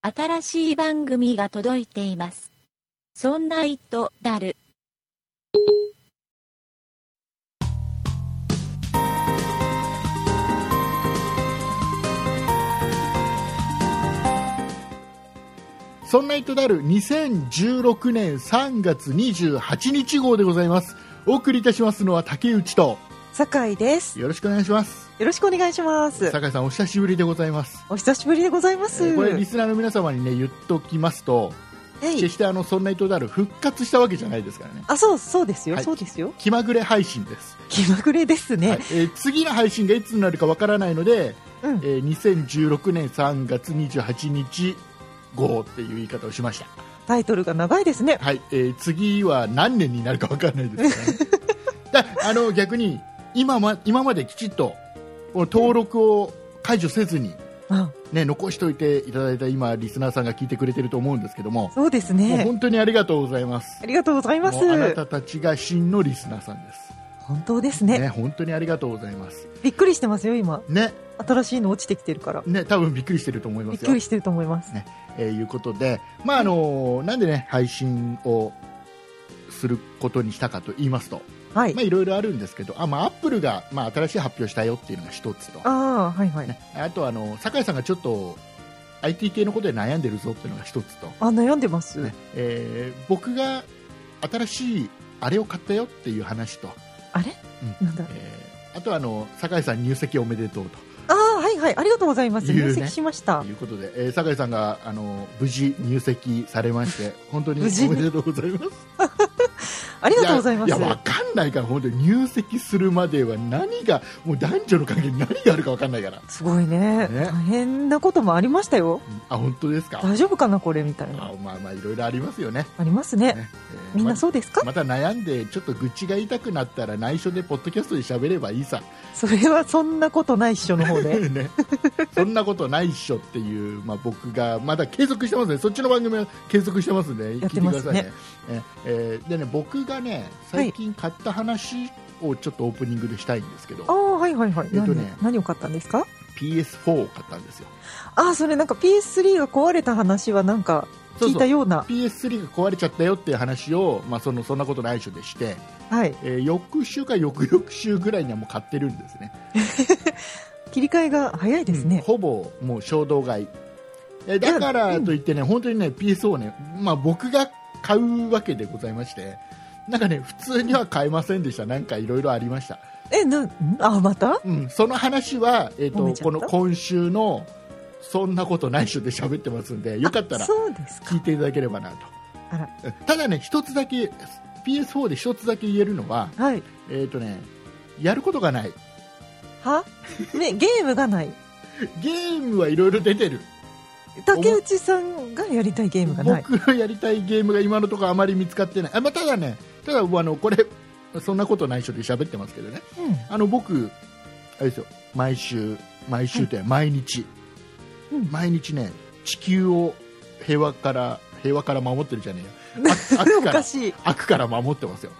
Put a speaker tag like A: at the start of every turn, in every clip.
A: 新しい番組が届いています。そんな糸だる。
B: そんな糸である2016年3月28日号でございます。お送りいたしますのは竹内と、
C: 酒井です。
B: よろしくお願いします。
C: よろしくお願いします。
B: 酒井さん、お久しぶりでございます。
C: お久しぶりでございます。
B: えーこれ、リスナーの皆様にね、言っときますと、
C: えい
B: 決してあの、そんな糸である復活したわけじゃないですからね。
C: あ、そう、そうですよ、
B: はい
C: そうですよ。
B: 気まぐれ配信です。
C: 気まぐれですね。
B: はいえー次の配信がいつになるかわからないので、
C: うん
B: えー2016年3月28日号っていう言い方をしました。
C: タイトルが長いですね。
B: はい、えー次は何年になるか分からないですから、ね、 だあの逆に今,、ま、今まできちっとこの登録を解除せずに、
C: あ、
B: ね、残しておいていただいた今、リスナーさんが聞いてくれてると思うんですけども、
C: そうです
B: もう
C: ね。
B: 本当にありがとうございます
C: あ。りがとうございます
B: も。うあなたたちが真のリスナーさんです。
C: 本当ですね
B: ね、本当にありがとうございます。
C: びっくりしてますよ、今。
B: ね、
C: 新しいの落ちてきてるから。
B: ね、多分びっくりしてると思いま
C: びっ
B: す
C: く
B: よ
C: り。してると思います。
B: えーいうことで、まああのなんでね配信をすることにしたかと言いますと、
C: はい
B: まあ、。いろいろあるんですけど、あまあ、アップルが、まあ、新しい発表したよっていうのが一つと、
C: ああ、はいはい。
B: ね、あとあの、酒井さんがちょっと IT 系のことで悩んでるぞっていうのが一つと、
C: あ、悩んでます。
B: ねえー僕が新しいあれを買ったよっていう話と、
C: あれ、なんだ。
B: えーあとあの酒井さん、入籍おめでとう
C: ああ、はいはい。ありがとうございます。
B: 言うね
C: 入籍しました
B: と。いうことで、えー酒井さんがあの無事入籍されま して、本当に
C: 無事
B: おめでとうございます。
C: ありがとうございます。
B: やや、わかんないから、本当に入籍するまでは何が、もう男女の関係に何があるかわかんないから。
C: すごいね
B: ね
C: 大変なこともありましたよ。
B: あ本当ですか、
C: 大丈夫かな、これみたいな。
B: あまあまあいろいろありますよね、
C: ありますね。
B: ねえー
C: みんな
B: ま
C: そうですか、
B: また悩んでちょっと愚痴が痛くなったら内緒でポッドキャストで喋ればいいさ、
C: それはそんなことないっしょの方で。
B: ね、そんなことないっしょっていう、まあ、僕がまだ継続してますねそっちの番組は継続してますね
C: やっ
B: 聞いて
C: て
B: く
C: ま
B: だ
C: す
B: さい
C: ね
B: ねねえーでね僕がね最近買った話をちょっとオープニングでしたいんですけど、
C: ああ、はいはいはい。
B: えっとね
C: 何何を買ったんですか
B: PS4 を買ったんですよ
C: ああ、それなんか PS3 が壊れた話はなんか
B: そうそう
C: 聞いたような。
B: PS3 が壊れちゃったよっていう話を、まあ、そのそんなことないっしょでして、
C: はい。
B: えー翌週か翌々週ぐらいにはもう買ってるんですね
C: 切り替えが早いです
B: うん
C: ね。
B: ほぼもう衝動買いえだからといってね、本当にね PSO をね、まあ、僕が買うわけでございましてなんかね普通には買えませんでしたなんかいろいろありました、
C: え、な、んあ、また
B: うん、その話は、えー、
C: 揉め
B: と
C: ちゃ
B: こ
C: った
B: の今週の「そんなことないっしょ」で喋ってますんでよかった
C: あ
B: ら
C: そうですか。
B: 聞いていただければなと
C: あら
B: うんただね一つだけ PS4 で一つだけ言えるのは
C: はい。
B: えっ、とねやることがない
C: はね、ゲームがない。
B: ゲームはいろいろ出てる
C: 竹内さんがやりたいゲームがない。
B: 僕のやりたいゲームが今のところあまり見つかってない、あまあ、ただね、ただあのこれ、そんなことない人で喋ってますけどね、
C: う
B: あの僕、あれですよ、毎週、毎週って、毎日、
C: うん
B: 毎日ね、地球を平和から、平和から守ってるじゃねえ よ、あ悪
C: ん。お
B: から
C: か、しい。
B: 悪から守ってますよ、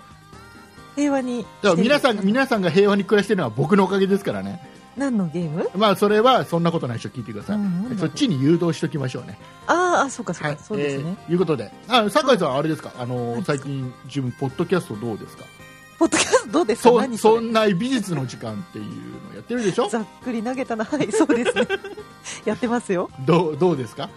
C: 平和に。
B: だから皆さん皆さんが平和に暮らしてるのは僕のおかげですからね、
C: 何のゲーム
B: まあ、それはそんなことない人、聞いてください、
C: うんうん
B: そっちに誘導しておきましょうね。
C: あーあ、そうかそうか。
B: はい、
C: そうですね。
B: えーいうことで、あ、酒井さん、あれですか、あのー
C: 何です
B: 最
C: か
B: 近、自分、ポッドキャストどうですか。
C: ポッドキャストどうですか
B: そ
C: 何
B: そ
C: それ
B: んな美術の時間っていうのやってるでしょ
C: ざっくり投げたな。はい、そうです ね。やってますよ。
B: どう、どうですか。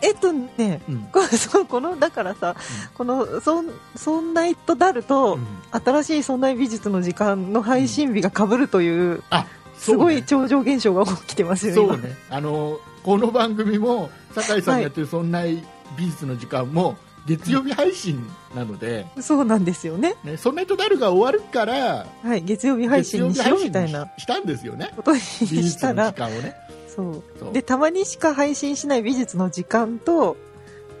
C: えっとね、
B: うん。
C: こそうこのだ からさ、このそんそんなとなると、
B: うん
C: 新しいそんな美術の時間の配信日がかぶるという、
B: あ、
C: すごい
B: そ
C: 超常現象が起きてます
B: うね。そ
C: よね今
B: うね、あのーこの番組も、酒井さんがやってる、そんな美術の時間も。月曜日配信なので、
C: そうなんですよね、
B: ね、そんな人だるが終わるから、
C: はい、月曜日配信にしろみたい
B: 月曜日
C: な
B: 配信にし したんですよね。
C: ことに
B: 美術
C: した
B: の時
C: ら
B: 間をね。
C: そう
B: そう
C: でたまにしか配信しない美術の時間と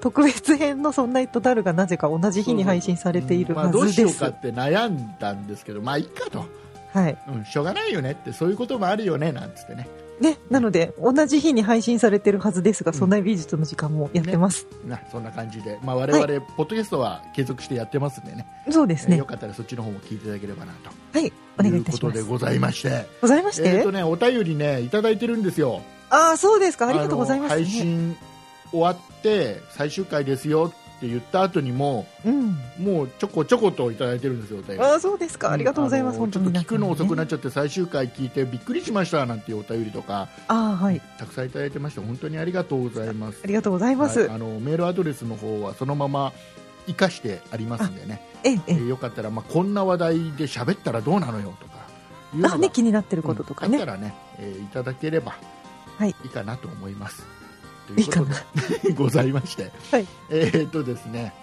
C: 特別編の「そんな糸だる」がなぜか同じ日に配信されている
B: うんまあ、
C: は
B: どう
C: ず
B: しよ
C: で
B: う
C: す、
B: かって悩んだんですけど、まあ、いいかと。
C: はい
B: うん、しょうがないよねってそういうこともあるよねなんつってね
C: ね、なので同じ日に配信されてるはずですが「そんな美術の時間」もやってます、
B: なそんな感じで、まあ、我々、
C: は
B: ポッドキャストは継続してやってますんでね
C: そうですね
B: えーよかったらそっちの方も聞いていただければなと
C: はい、お願い
B: い
C: いうた
B: こ
C: し
B: と
C: ま。
B: ですございまして
C: ございまして、
B: えーとね、お便りねいただいてるんですよ
C: ああ、そうですか、ありがとうございます、
B: あの配信終わって最終回ですよって言った後にも
C: うん。
B: もうちょこちょこといただいてるんですよお便り
C: ああ、そうですか。ありがとうございます。
B: んあの
C: 本
B: ち
C: 当
B: ょっと聞
C: に。
B: くの遅くなっ
C: ち
B: ちゃって最終回聞いてびっくりしましたなんていうお便りとか
C: ゃああ、はい。
B: たくさんいただいてまして本当にありがとうございます
C: ありがとうございます。
B: はいあのメールアドレスの方はそのまま生かしてありますんでね、
C: ええ、え
B: え
C: え
B: ーよかったら、まあ、こんな話題で喋ったらどうなのよとかいうのが
C: あ、ね、気になってることとかね。
B: うんあったらね、えーいただければ
C: はいい
B: いかなと思います。
C: いいかな
B: ということでございまして、
C: はい
B: えーっとですね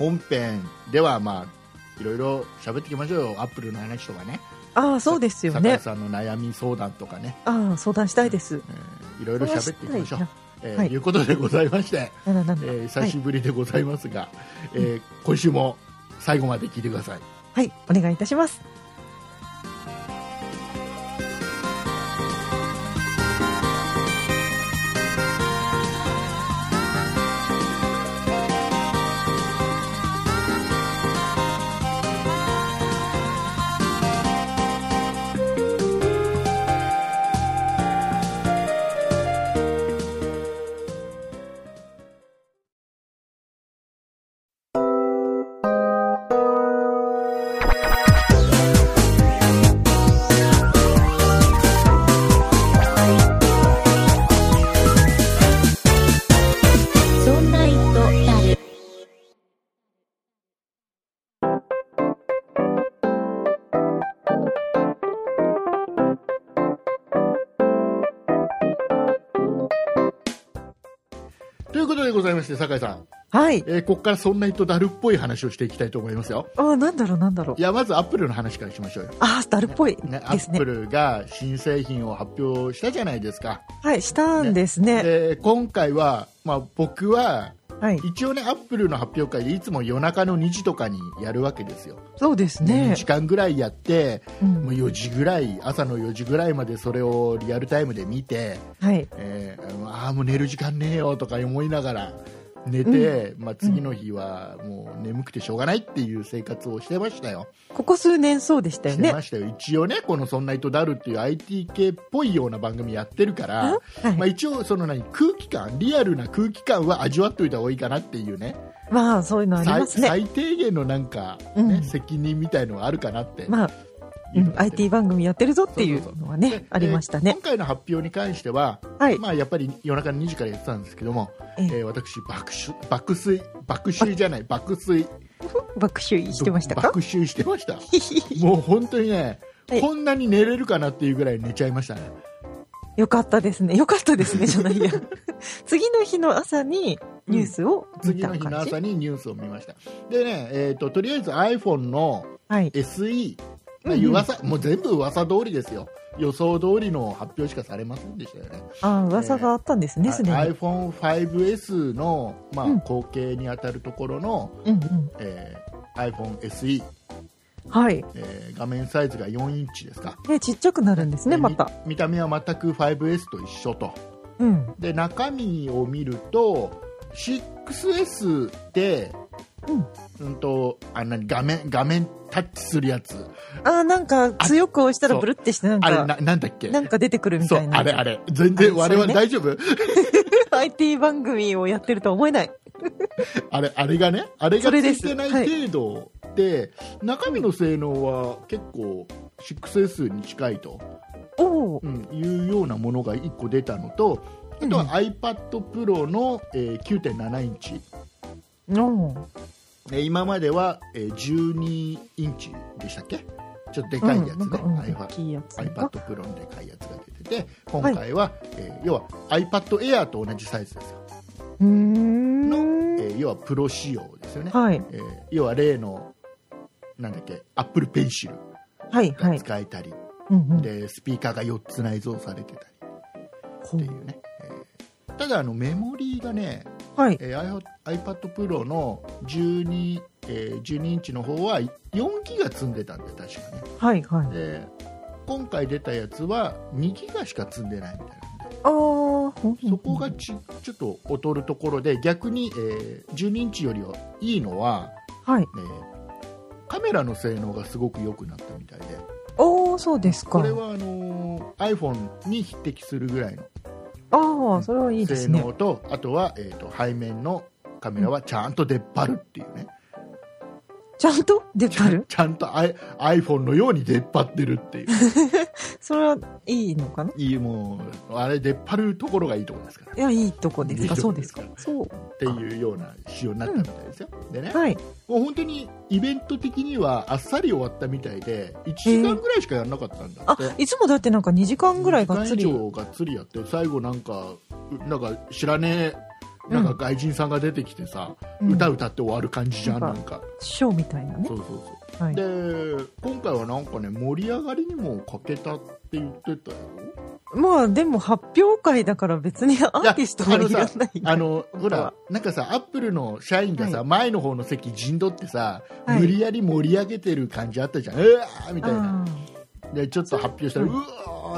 B: 本編ではまあいろいろ喋っていきましょうよアップルの話とかね
C: ああ、そうですよ
B: 酒井
C: ね。
B: さんの悩み相談とかね、
C: ああ、相談したいです。
B: えーいろいろ喋っていきましょう
C: そ。
B: えー
C: はい
B: い、うことでございまして、
C: なんだなん
B: え
C: だ。
B: ー久しぶりでございますが、えー今週も最後まで聞いてください。
C: はい、お願いいたします。
A: そんな糸だる。
B: ということでございまして酒井さん、
C: はい。
B: えーここからそんな人だるっぽい話をしていきたいと思いますよ。
C: ああ、なんだろう、なんだろう
B: い。やまずアップルの話からしましょうよ、
C: ああ、だるっぽい
B: ね、ア
C: です
B: ッ
C: ね
B: プ。ルが新製品を発表したじゃないですか、
C: はい、したんですね。
B: で今回は、まあ、僕は
C: はい。
B: 一応ねアップルの発表会でいつも夜中の2時とかにやるわけですよ、
C: そうです
B: 2
C: ね
B: 時。間ぐらいやって
C: う。
B: もうん4時ぐらい朝の4時ぐらいまでそれをリアルタイムで見て、
C: はい。
B: えーああもう寝る時間ねえよとか思いながら寝て、まあ、次の日はもう眠くてしょうがないっていう生活をしてましたよ、
C: ここ数年そうでしたよ
B: して
C: ね。
B: ましたよ、一応ね、この「そんな糸だる」っていう IT 系っぽいような番組やってるから、
C: はい
B: まあ、一応、その何空気感、リアルな空気感は味わっておいた方がいいかなっていうね、
C: まあ、そういうのありま
B: 最
C: すね。
B: 最低限のなんか、ね
C: うん
B: 責任みたいのがあるかなって、
C: まあ、う
B: いうの
C: ん
B: があって
C: IT 番組やってるぞってい
B: そう
C: う
B: そう
C: のは
B: で
C: ね、ありました
B: えー
C: ね。
B: 今回の発表に関しては、
C: はい。
B: まあ、やっぱり夜中の2時からやってたんですけども、
C: え
B: え
C: ー
B: ー私爆睡、爆睡、爆睡じゃない、爆睡、
C: 爆睡してましたか
B: 爆睡してま した。もう本当にね、
C: はい
B: こんなに寝れるかなっていうぐらい寝ちゃいましたね。
C: よかったですね。よかったですね、じゃ ないや。次の日の朝にニュースを見
B: 次
C: た
B: の日の
C: 感じ。
B: 朝にニュースを見ましたでね、えー、ととりあえず iPhone の
C: はい。
B: SE、まあ
C: うんうん
B: 噂もう全部噂通りですよ予想通りの発表しかされませんでしたよね
C: ああ、噂があったんですね、すでに。
B: あ iPhone5S の、まあ
C: うん
B: 後継にあたるところの、
C: うんうん。
B: えー iPhoneSE、
C: はい。
B: えー画面サイズが4インチですか
C: で、ちっちゃくなるんですね、
B: で
C: また。
B: 見見た目は全く 5S と一緒と
C: うん。
B: で中身を見ると 6S って、うん、とあなに画面画面タッチするやつ
C: ああ、なんか強く押した
B: そ
C: ら
B: う
C: ブルってして、なん
B: あれ
C: か、
B: ななんだっけ
C: なんか出てくるみ
B: そ
C: た
B: う
C: いな。
B: あれあれ全然
C: あ
B: 我
C: れ
B: 々
C: それね
B: 大丈夫
C: IT 番組をやってるとは思えない。
B: あれあれがねあれが
C: そ
B: つ
C: れで
B: い
C: す
B: てない程度で、中身の性能は結構 6S に近いと、
C: おお。
B: うん、いうようなものが1個出たのとあとは
C: うん
B: iPadPro の、えー9.7インチ
C: おー
B: えー今までは、えー12インチでしたっけちょっとでかいやつね、
C: うんなんかうん
B: iPad
C: 大きいやつ。
B: iPad Pro のでかいやつが出てて今回は、えー要は iPad Air と同じサイズですよ、
C: うー
B: え
C: ん。
B: ー要はプロ仕様ですよね、
C: はい。
B: えー要は例のなんだっけ Apple Pencil
C: はい、は
B: が
C: い。
B: 使えたり、
C: うんうん。
B: でスピーカーが4つ内蔵されてたり
C: ほ
B: っていうね、えーただあのメモリーがね、
C: うはい。
B: えー、iPad Pro の12、えー12インチの方は4ギガ積んでたんで確かね
C: はい、はい。
B: で今回出たやつは2ギガしか積んでないみたいなんで
C: ああ。
B: そこがちちょっと劣るところで逆に、えー12インチよりはいいのは、
C: はい。
B: えーカメラの性能がすごく良くなったみたいで
C: おお、そうですか。
B: これはあのー iPhone に匹敵するぐらいの
C: ああ、それはいいで
B: 性
C: すね。
B: 能と、あとは、えー、と背面のカメラはちゃんと出っ張るっていうね、
C: ちゃんと出っ張る
B: ちゃんとアイ iPhone のように出っ張ってる っていう、
C: それはいいのかない
B: いもうあれ、出っ張るところがいいところですから、
C: いや、いいとこですか、
B: いいと
C: そ
B: こ
C: う
B: で
C: ですす
B: か
C: か
B: そう。
C: そう。
B: っていうような仕様になったみたいですよ。でね、
C: はい。
B: もう本当にイベント的にはあっさり終わったみたいで、1時間ぐらいしかやらなかったんだ
C: あ
B: って。、
C: いつもだってなんか2時間ぐらいがっつり
B: 2。時間以上がっつりやって最後なんかうなんか知らねえなんか外人さんが出てきてさ、
C: うん
B: 歌歌って終わる感じじゃん、
C: な
B: なん
C: ん
B: か
C: ショーみたいなね
B: そ。うそうそう、
C: はい。
B: で今回はなんかね盛り上がりにも欠けたって言ってたよ
C: まあ、でも発表会だから別にアーティストはいらない。
B: あ のほ
C: 本当は
B: らなんかさアップルの社員がさ、
C: はい
B: 前の方の席陣取ってさ、
C: はい
B: 無理やり盛り上げてる感じあったじゃん、うわーみたいな
C: あ
B: でちょっと発表したら、う
C: うん
B: わ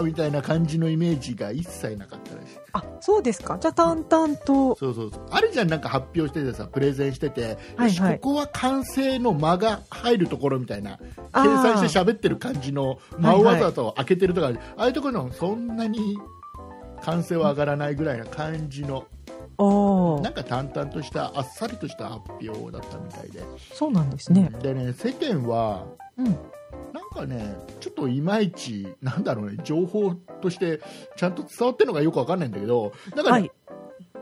B: ーみたいな感じのイメージが一切なかったらしい
C: ーあ、そうですか。じゃあ淡々と。
B: そうそうそうあるじゃんなんか発表しててさプレゼンしてて、
C: はいはい
B: よしここは完成の間が入るところみたいな
C: あ
B: 計
C: ー
B: 算して喋ってる感じの間をわざと開けてるとかある、ああいうところのそんなに完成は上がらないぐらいな感じの
C: お
B: な
C: ー
B: んか淡々としたあっさりとした発表だったみたいで、
C: そうなんですね。
B: でね世間は
C: うん。
B: なんかねちょっといまいちなんだろうね情報としてちゃんと伝わってるのかよくわかんないんだけどなんかね、
C: はい。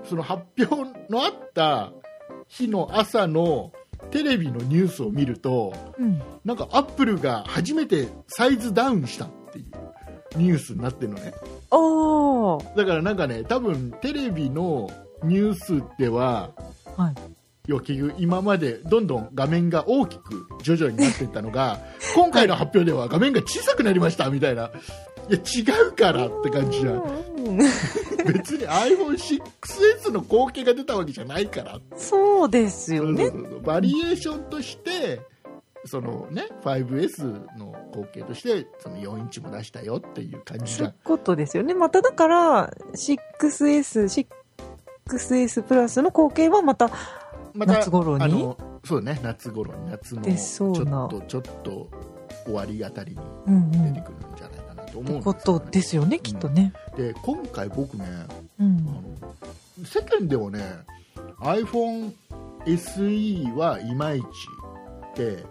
B: その発表のあった日の朝のテレビのニュースを見ると
C: うん。
B: なんかアップルが初めてサイズダウンしたっていうニュースになってるのね
C: おー
B: だからなんかね多分テレビのニュースでは、
C: はい
B: 要は結局今までどんどん画面が大きく徐々になっていったの が今回の発表では画面が小さくなりましたみたいな。いや違うからって感じじゃん
C: うん
B: 別に iPhone6S の光景が出たわけじゃないから
C: そうですよね
B: そう。そうそうバリエーションとしてそのね 5S の光景としてその4インチも出したよっていう感じじ
C: そう
B: ゃ
C: い
B: ん
C: うことですよね。まただから、6S、6S プラスの光景はまた、
B: また
C: 夏頃に
B: あのそうね夏頃に夏の
C: 出
B: ちょ
C: そうな
B: っとちょっと終わりあたりに
C: うんうん、
B: 出てくるんじゃないかなと思うんです
C: ことですよね、きっとね。
B: で今回僕ね
C: う
B: あ
C: ん。
B: の世間ではね iPhoneSE はいまいちで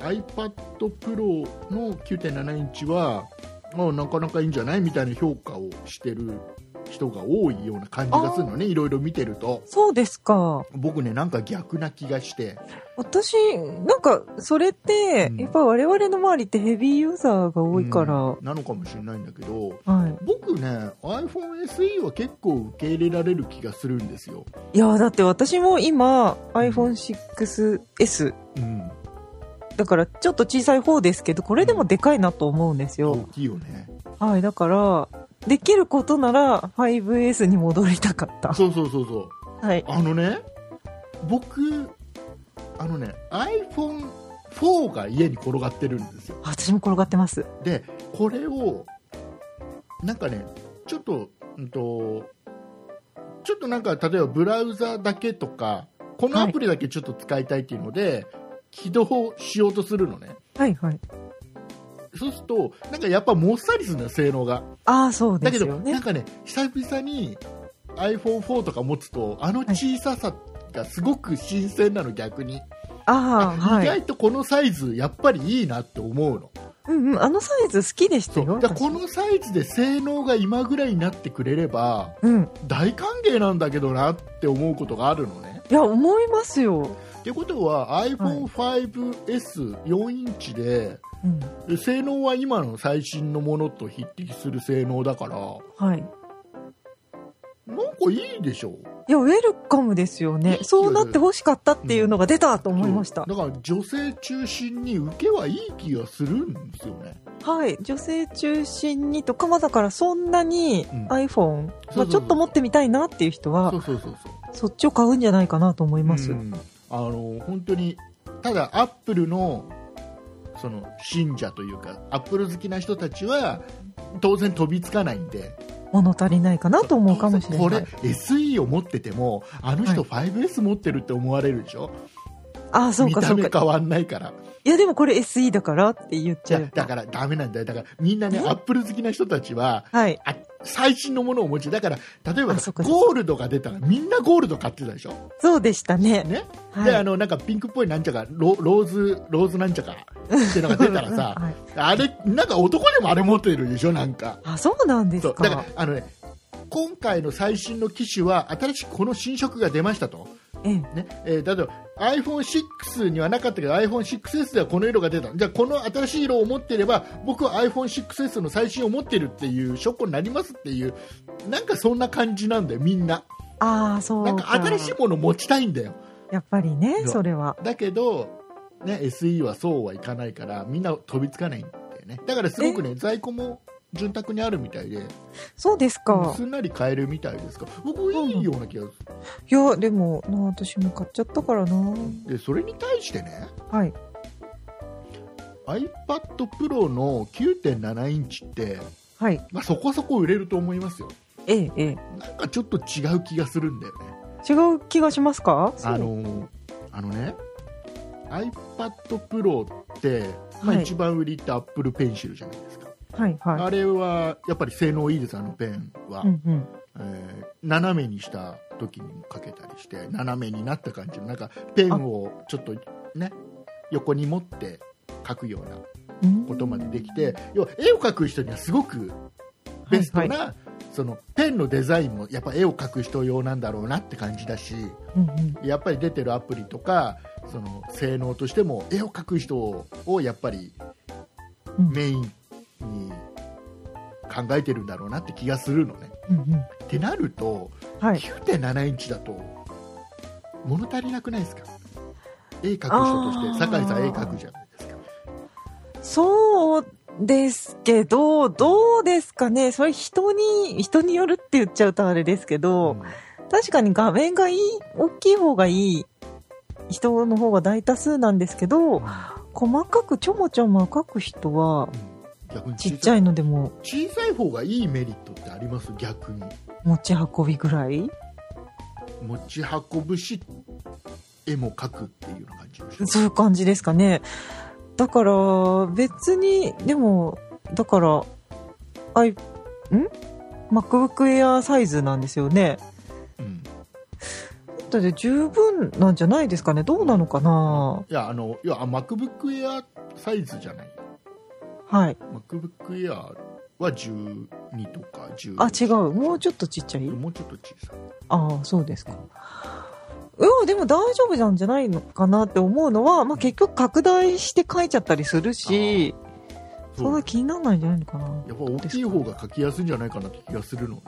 B: iPadPro の9.7インチはあなかなかいいんじゃないみたいな評価をしてる人が多いような感じがするのねいろいろ見てると
C: そうですか。
B: 僕ねなんか逆な気がして
C: 私、なんか、それって、
B: うん
C: やっぱ我々の周りってヘビーユーザーが多いから、
B: うんなのかもしれないんだけど
C: は
B: 僕ね iPhoneSE は結構受け入れられる気がするんですよ、
C: い。いや、だって私も今、iPhone6S、
B: うん、
C: だからちょっと小さい方ですけど、これでもでかいなと思うんです
B: 大
C: よ。
B: きいよね
C: はい、だから、できることなら 5S に戻りたかった。
B: そうそうそうそう
C: はい。
B: あのね、僕、あのね、iPhone4 が家に転がってるんですよ。
C: 私も転がってます。
B: で、これを、なんかね、ちょっと、うんと、ちょっとなんか、例えばブラウザだけとか、このアプリだけちょっと使いたいっていうので、起動しようとするのね。
C: はいはい。
B: そうすると、なんかやっぱもっさりするのよ、性能が。
C: ああ、そう
B: だけ
C: です
B: ど、
C: よ
B: なん
C: ね。
B: かね、久々に iPhone4 とか持つと、あの小ささがすごく新鮮なの、逆に。
C: ああ、は
B: 意
C: い。
B: 外とこのサイズやっぱりいいなって思うの
C: うんうん、あのサイズ好きでした
B: そう
C: よ。
B: だからこ
C: 私
B: のサイズで性能が今ぐらいになってくれれば
C: うん。
B: 大歓迎なんだけどなって思うことがあるのね
C: いや、思いますよ。
B: ってことは iPhone5S4 インチで
C: うん。
B: で性能は今の最新のものと匹敵する性能だから
C: はい。
B: なんかいいでしょ
C: いや、ウェルカムですよ
B: いい
C: ね
B: で。すよね
C: そうなって欲しかったっていうのが出たと思いました。
B: そうだから女性中心に受けはいい気がするんですよね
C: はい。女性中心にとか、まあだからそんなに
B: うん
C: iPhone、
B: そうそうそ
C: ま
B: う
C: あちょっと持ってみたいなっていう人は
B: そ、うそうそうそう
C: そっちを買うんじゃないかなと思います。
B: うんあの本当にただアップルのその信者というかアップル好きな人たちは当然飛びつかないんで
C: 物足りないかなと思うかもしれ
B: こ
C: な
B: れ
C: い。
B: SE を持っててもあの人 5S 持ってるって思われるでしょ、
C: ああ、そう
B: 見
C: か
B: た
C: そう
B: 目
C: か。
B: 変わんないから
C: いや、でもこれ SE だからって言っ
B: じ
C: ちゃ
B: ゃ
C: う。
B: だからダメなんだよだからみんなね
C: え
B: アップル好きな人たちは
C: はい。
B: あ最新のものをお持ちだから例えば
C: あそっか
B: ゴールドが出たらみんなゴールド買ってたでしょ、
C: そうでしたね。
B: ね
C: はい
B: であのなんかピンクっぽいなんちゃかロローズローズなんちゃかっていうのが出たらさ、
C: はい
B: あれなんか男でもあれ持ってるでしょなんか
C: あ、そうなんで
B: そ
C: す
B: う
C: か。
B: だからあの、ね、今回の最新の機種は新しくこの新色が出ましたと、
C: ええ
B: ねえー、だと iPhone6 にはなかったけど iPhone6S ではこの色が出たじゃあこの新しい色を持っていれば僕は iPhone6S の最新を持ってるっていう証拠になりますっていうなんかそんな感じなんだよみんな
C: ああ、そう
B: なんか新しいもの持ちたいんだよ
C: やっぱりね、
B: そう
C: それは。
B: だけど、ね、SE はそうはいかないからみんな飛びつかないんだよねだからすごくね在庫も潤沢にあるみたいで
C: そうですか
B: す。んなり買えるみたいですから僕いいような気がする
C: いや、でも、な私も買っちゃったからな。
B: でそれに対してね
C: はい。
B: iPad Pro の9.7インチって、
C: はい。
B: まあ、そこそこ売れると思いますよ
C: ええ、ええ。
B: なんかちょっと違う気がするんだよね
C: 違う気がしますか
B: あ、のあのね iPad Pro って、まあ、
C: はい
B: 一番売りって Apple Pencil じゃないですか、
C: そうはい、は
B: あれはやっぱり性能いいですあのペンは、
C: い。うん、うん。
B: えー斜めにした時にかけたりして斜めになった感じのなんかペンをちょっとね横に持って書くような
C: うん
B: ことまでできて要は絵を描く人にはすごくベストな、
C: はい
B: そのペンのデザインもやっぱ絵を描く人用なんだろうなって感じだし
C: うんうん
B: やっぱり出てるアプリとかその性能としても絵を描く人をやっぱり
C: うん
B: メインに考えてるんだろうなって気がするのね。
C: うんうん
B: ってなると
C: はい。
B: 9.7インチだと物足りなくないですか絵描く人として
C: あー
B: 酒井さん絵描くじゃないですか。
C: そうですけど、どうですかね。それ人に、人によるって言っちゃうとあれですけど、確かに画面がいい、大きい方がいい人の方が大多数なんですけ
B: うん
C: ど、細かくちょもちょも描く人は、
B: 逆に
C: ちっちゃいのでも
B: 小さい方がいいメリットってあります逆に
C: 持ち運びぐらい
B: 持ち運ぶし絵も描くっていうような感じの人
C: そういう感じですかね。だから、別に、でも、だから、あい、ん ?MacBook Air サイズなんですよね。
B: うん
C: だって十分なんじゃないですかね。どうなのかない
B: やあのいやあ MacBook Air サイズじゃない
C: はい。
B: MacBook Air は12とか10
C: あ、違う。もうちょっとちっちゃい
B: もうちょっと小さい
C: ああ、そうですか。うわ、でも大丈夫なんじゃないのかなって思うのは、まあ、結局拡大して書いちゃったりするし、そん
B: そう
C: な気にならないんじゃないのかな。
B: やっぱ大きい方が描きやすいんじゃないかなって気がするの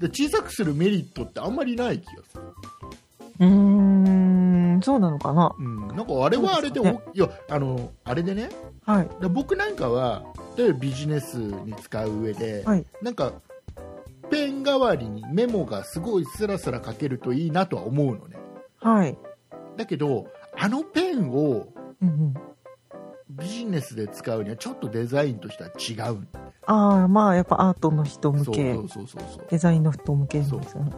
B: で小さくするメリットってあんまりない気がする、
C: うーん、そうなのかな。
B: うん、なんかあれはあれでお
C: そうで
B: いやあのあれでね
C: はい。
B: だ僕なんかは例えばビジネスに使う上で、
C: はい
B: なんかペン代わりにメモがすごいスラスラ書けるといいなとは思うのね
C: はい。
B: だけどあのペンを
C: うんうん。
B: ビジネスで使うにはちょっとデザインとしては違うんだよ
C: ああ、まあ、やっぱアートの人向
B: そう
C: け、
B: そうそうそうそう
C: デザインの人向けなんですよね。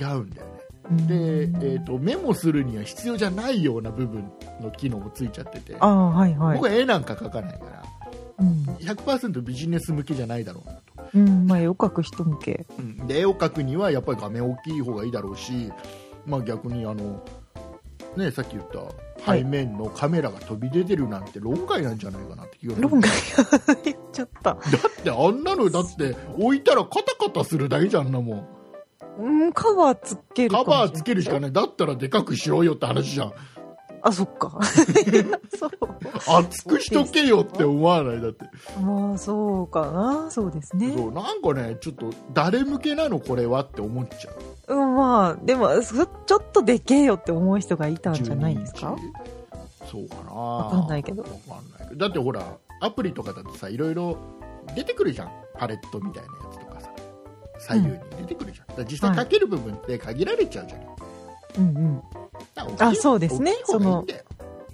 B: 違うんだよね
C: うん
B: で、えー、とメモするには必要じゃないような部分の機能もついちゃってて
C: ああ、はいはい
B: 僕。は絵なんか描かないから
C: うん
B: 100%ビジネス向けじゃないだろうなと
C: うん、まあ、絵を描く人向け。
B: うんで絵を描くにはやっぱり画面大きい方がいいだろうし、まあ、逆にあの、ね、さっき言った
C: はい
B: 背面のカメラが飛び出てるなんて論外なんじゃないかなって気がする
C: 論外 言っちゃった。
B: だってあんなのだって置いたらカタカタするだけじゃんあんなもん
C: うん、カバーつける
B: カ
C: かもしれない
B: バーつけるしかないだったらでかくしろよって話じゃん
C: あ、そっか。 そう。
B: 厚くしとけよって思わないだって、
C: まあ、そうかな。そうですね。
B: そうなんかねちょっと誰向けなのこれはって思っちゃう
C: うん、まあ、でも、そちょっとでけえよって思う人がいたんじゃないですか
B: 12そうかな
C: わかんないけど
B: わかんないけどだってほらアプリとかだとさいろいろ出てくるじゃんパレットみたいなやつとかさ左右に出てくるじゃん、だから実際
C: はい
B: かける部分って限られちゃうじゃん、
C: うんうん。
B: だから大きい
C: あそうですね
B: 大きい方がいいんだよ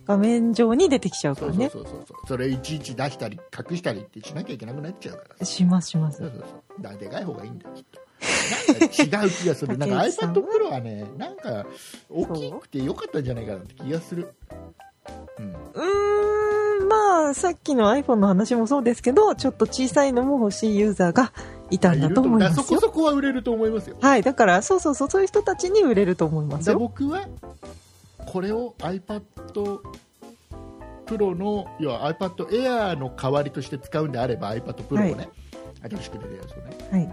C: 画面上に出てきちゃうか
B: そ
C: ら
B: うそう
C: ね。
B: そうそうそれいちいち出したり隠したりってしなきゃいけなくなっちゃうからさ
C: します、しま
B: そうそ
C: す。
B: うそうだからでかい方がいいんだよきっとなんか違う気がす るなんか
C: 竹内さん
B: iPad
C: は
B: Pro はねなんか大きくて良かったんじゃないかなって気がするうん
C: うーん、まあ、さっきの iPhone の話もそうですけど、ちょっと小さいのも欲しいユーザーがいたんだと思い
B: る
C: ま
B: と思うだからそ
C: す
B: こ
C: よ。
B: そこは売れると思いますよ。
C: はい、だから、そうそうそう、そういう人たちに売れると思います
B: だ
C: よ。
B: 僕はこれを iPad Pro の要は iPad Air の代わりとして使うんであれば iPad Pro をね、新しく出るやつをね
C: はい。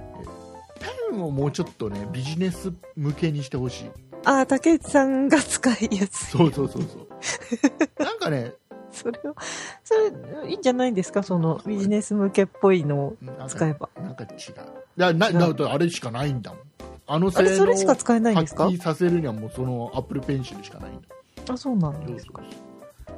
B: ペンをもうちょっとねビジネス向けにしてほしい
C: ああ、竹内さんが使いやすい。
B: そうそうそうそう なんかね
C: それを、それ、いいんじゃないですかその、ビジネス向けっぽいのを
B: なんか
C: 使えば。
B: なんか違ういやななあれしかないんだもんあの
C: あ
B: 性
C: れ、
B: 能
C: それしか
B: を
C: 使えないんで
B: 発
C: すか
B: 揮させるにはもうその Apple Pencil しかないんだ
C: あ、そうなん
B: そう
C: です
B: そ
C: か
B: う。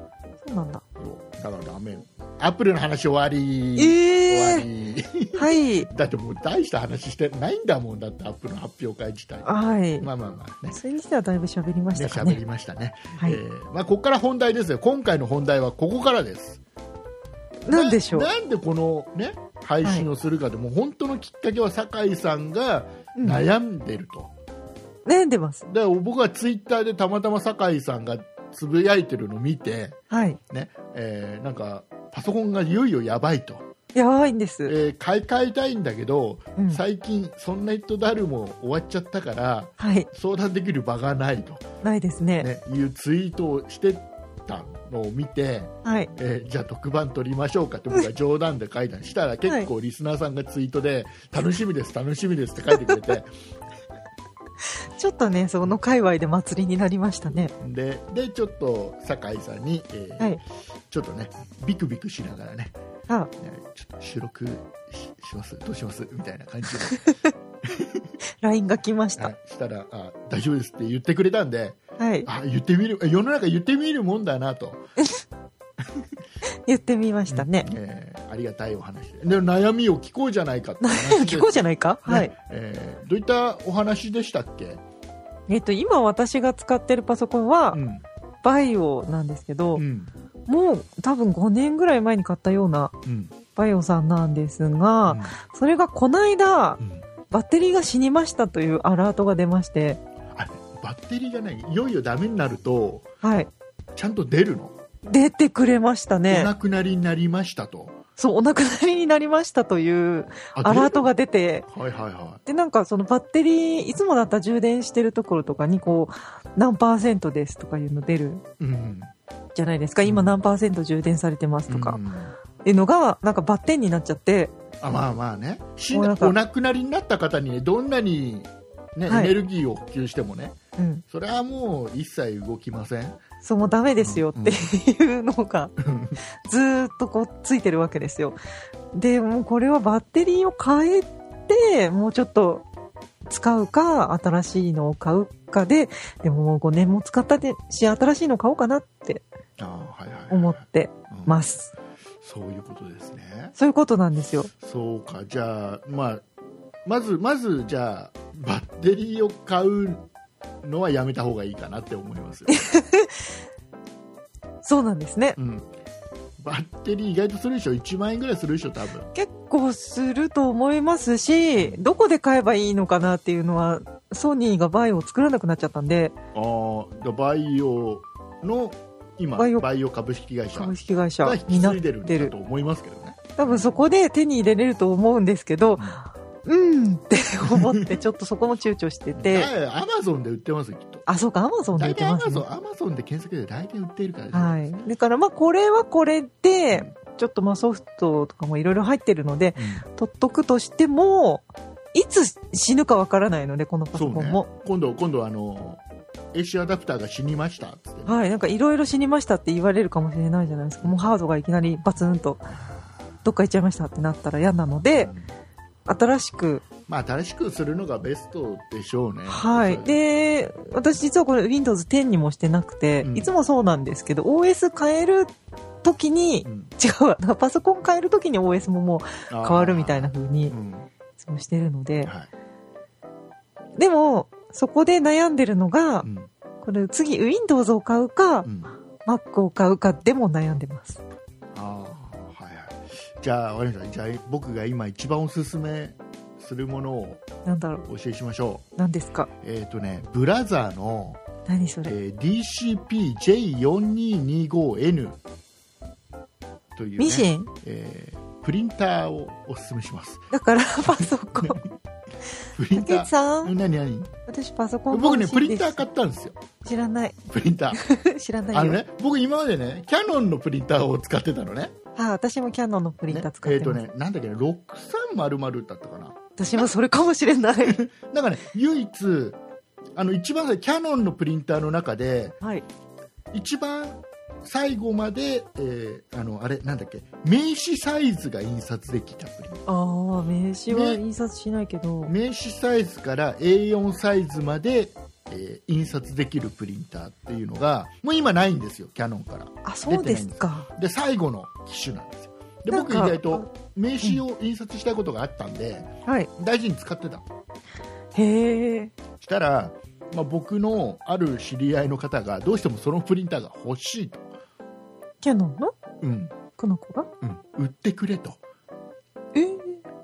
C: そうなんだ。
B: そうだからダメよアップルの話終わり
C: え
B: 終わ
C: え
B: り
C: ー、はい。
B: だってもう大した話してないんだもんだってアップルの発表会自体まあ
C: はい。
B: まあまあね
C: それにしてはだいぶ喋りまし
B: ね
C: たか
B: 喋、
C: ね。
B: りましたね、
C: はい
B: えーまあ、ここから本題ですよ今回の本題はここからです
C: なんでしょう
B: な。なんでこのね配信をするかで、もう本当のきっかけは酒井さんが
C: うん
B: 悩んでると、
C: 悩んでます。
B: で僕はツイッターでたまたま酒井さんがつぶやいてるのを見て、
C: はい。
B: ねえーなんかパソコンがいよいよやばいと、
C: やばいんで
B: え
C: す。
B: ー買い替えたいんだけど、
C: うん
B: 最近そんな人だるも終わっちゃったから
C: はい。
B: 相談できる場がないと、
C: ないですね。
B: ね、いうツイートをしてたのを見て、
C: はい。
B: えーじゃあ特番撮りましょうかって僕が冗談で書いたのしたら結構リスナーさんがツイートで楽しみです、楽しみですって書いてくれ て
C: ちょっとね、その界隈で祭りになりましたね。
B: ででちょっと酒井さんに、えー
C: はい。
B: ちょっとねビクビクしながらね
C: あ、
B: ねちょっと収録ししますどうしますみたいな感じ で、
C: LINE が来ました。
B: は
C: はい
B: い、したらあ大丈夫ですって言ってくれたんで。
C: はい
B: あ言ってみる世の中言ってみるもんだなと。
C: 言ってみましたね。
B: えーありがたいお話でで悩みを聞こうじゃないかって話で
C: 聞こうじゃないか、
B: ね
C: はい。
B: えーどういったお話でしたっけ、
C: えっと、今私が使ってるパソコンは
B: う、ん
C: バイオなんですけ
B: う
C: ど、
B: ん
C: もう多分5年ぐらい前に買ったような
B: うん
C: バイオさんなんですが、それがこの間
B: う、ん
C: バッテリーが死にましたというアラートが出まして、
B: あれバッテリーがねいよいよダメになると
C: はい。
B: ちゃんと出るの、
C: 出てくれました
B: お
C: ね
B: 亡。くなりになりましたと
C: そう、お亡くなりになりましたというアラート
B: が
C: が出て、
B: はいはいは
C: で、なんかそのバッテリー、いつもだったら充電してるところとかに、こう、何パーセントですとかいうの出る
B: い、うん、
C: じゃないですか。今何パーセント充電されてますと
B: う。
C: か
B: ん
C: っていうのが、なんかバッテンになっちゃって、
B: あまあまあね死ん
C: もう
B: だ
C: なんか
B: お亡くなりになった方にねどんなに、ね
C: はい
B: エネルギーを補給してもね
C: うん、
B: それはもう一切動きません
C: そうもうダメですよっていうのが、ずーっとこうついてるわけですよ。で、もうこれはバッテリーを変えて、もうちょっと使うか、新しいのを買うかで、でももう5年も使ったでし、新しいの買おうかなって
B: あはいはいはい
C: 思って
B: うん
C: ます。
B: そういうことですね
C: そういうことなんですよ。
B: そうかじゃあ、まあ、まずまずじゃあバッテリーを買うのはやめた方がいいかなって思います よ、
C: そうなんですね。
B: うん、バッテリー意外とするでしょ1万円ぐらいするでしょ多分
C: 結構すると思いますし、どこで買えばいいのかなっていうのは、ソニーがバイオを作らなくなっちゃったんで、
B: ああバイオの今バ
C: バ
B: イ
C: イ
B: オ
C: オ
B: 株式会社
C: 株式会社
B: が引き
C: にな
B: 継
C: っ
B: いでるん
C: て
B: だ
C: る
B: と。思いますけどね
C: 多分そこで手に入れれると思うんですけど、うんって思っ て、ちょっとそこも躊躇してて、
B: アマゾンで売ってますよきっと
C: あ、そうか、アマゾンで売
B: 大
C: って
B: 体アマ
C: ます、
B: ゾ
C: ね。
B: ンアマゾンで検索で大体売っているからね
C: はい。だからまあこれはこれで、ちょっとまあソフトとかもいろいろ入ってるので、
B: うん
C: 取っとくとしても、いつ死ぬかわからないので、このパ
B: そ
C: ソ
B: う
C: コン
B: ね
C: も。
B: 今度今度あの AC アダプターが死にましたっつってね
C: はい、なんかいろいろ死にましたって言われるかもしれないじゃないですか。もうハードがいきなりバツンと、どっか行っちゃいましたってなったら嫌なので、新しく、
B: まあ、新しくするのがベストでしょうね。
C: はい。で、私実はこれ Windows 10にもしてなくて、
B: うん
C: いつもそうなんですけど、OS 変える時に
B: う、ん、
C: 違うわ、 なんかパソコン変える時に OS ももう
B: 変
C: 変わるみたいな。風に
B: う
C: い
B: ん
C: つもしてるので、
B: はい
C: でも、そこで悩んでるのが
B: う、ん
C: これ次 Windows を買うか
B: う、ん、
C: Mac を買うかでも悩んでます。
B: あーはいはい。じゃあ、わかりました。じゃあ、僕が今一番おすすめするものを
C: なんだろう、
B: お教えしましょ
C: なんですか
B: う。えっ、とね、ブラザーの、
C: 何それ
B: えー DCP-J4225N という、ね。
C: ミシン
B: えープリンターをおすすめします。
C: だから、パソコン。
B: プリン
C: 竹
B: ター。
C: 内さん、
B: 何何
C: 私パソコン
B: 僕ね、プリンター
C: か
B: 買ったんですよ。
C: 知らない。
B: プリンター。
C: 知らないよ。
B: あのね、僕今までね、キャノンのプリンターを使ってたのね。
C: はい、私もキャノンのプリンター使っ
B: ねえ
C: て
B: っ、
C: ます。
B: とね、なんだっけ、6300だったかな。
C: 私もそれかもし れない。
B: なんかね、唯一、あの、一番最初キャノンのプリンターの中で、
C: はい。
B: 一番最後まで、えーあの、あれ、なんだっけ、名刺サイズが印刷できたプリンター。
C: ああ、名刺は印刷しないけど。
B: 名刺サイズから A4 サイズまで、えー印刷できるプリンターっていうのが、もう今ないんですよ、キャノンから。
C: あ、そうですか。
B: で最後の機種なんですよで
C: なん
B: 僕意
C: か
B: 外と名刺を印刷したいことがあったんで、
C: はい。
B: 大事に使ってた
C: へえ。
B: したら、まあ、僕のある知り合いの方がどうしてもそのプリンターが欲しいと、
C: キャノンの
B: うん
C: この子が
B: うん、売ってくれと、
C: えー、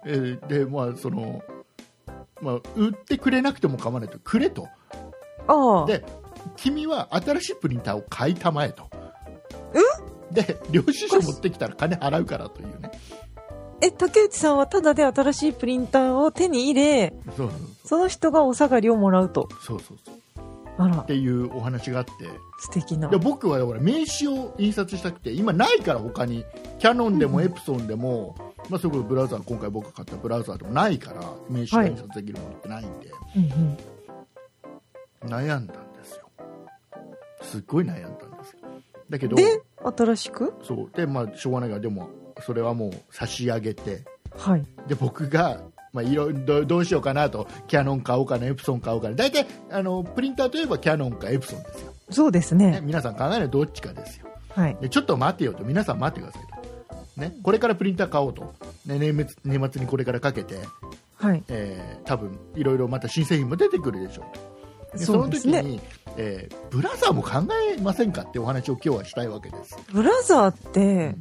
B: えーでまあそのまあ、売ってくれなくても構わないとくれと
C: ああ。
B: で君は新しいプリンターを買いたまえとで領収書持ってきたら金払うからというね
C: え、竹内さんはただで新しいプリンターを手に入れ、
B: そう
C: その人がお下がりをもらうと。
B: そうそうそうそうっ
C: あら、
B: ていうお話があって
C: 素敵ない
B: や。僕はだから名刺を印刷したくて今ないから他にキャノンでもエプソンでも、まあ、それこそブラウザー今回僕が買ったブラウザーでもないから名刺が印刷できるものってないんで、
C: うんうん。
B: 悩んだんですよすっごい悩んだんですよだけど
C: で、新しく
B: そうで、まあ、しょうがないからでもそれはもう差し上げて
C: はい。
B: で僕が、まあ、いろどどうしようかなとキャノン買おうかなエプソン買おうかな大体あのプリンターといえばキャノンかエプソンですよ、
C: そうです
B: ね、
C: ね。
B: 皆さん考えるのはどっちかですよ
C: はい。
B: でちょっと待てよと皆さん待ってくださいと、ね、これからプリンター買おうと、ね、年末年末にこれからかけて、
C: はい。
B: えー多分いろいろまた新製品も出てくるでしょうとで
C: そうですね
B: その時に、えーブラザーも考えませんかってお話を今日はしたいわけです
C: ブラザーって、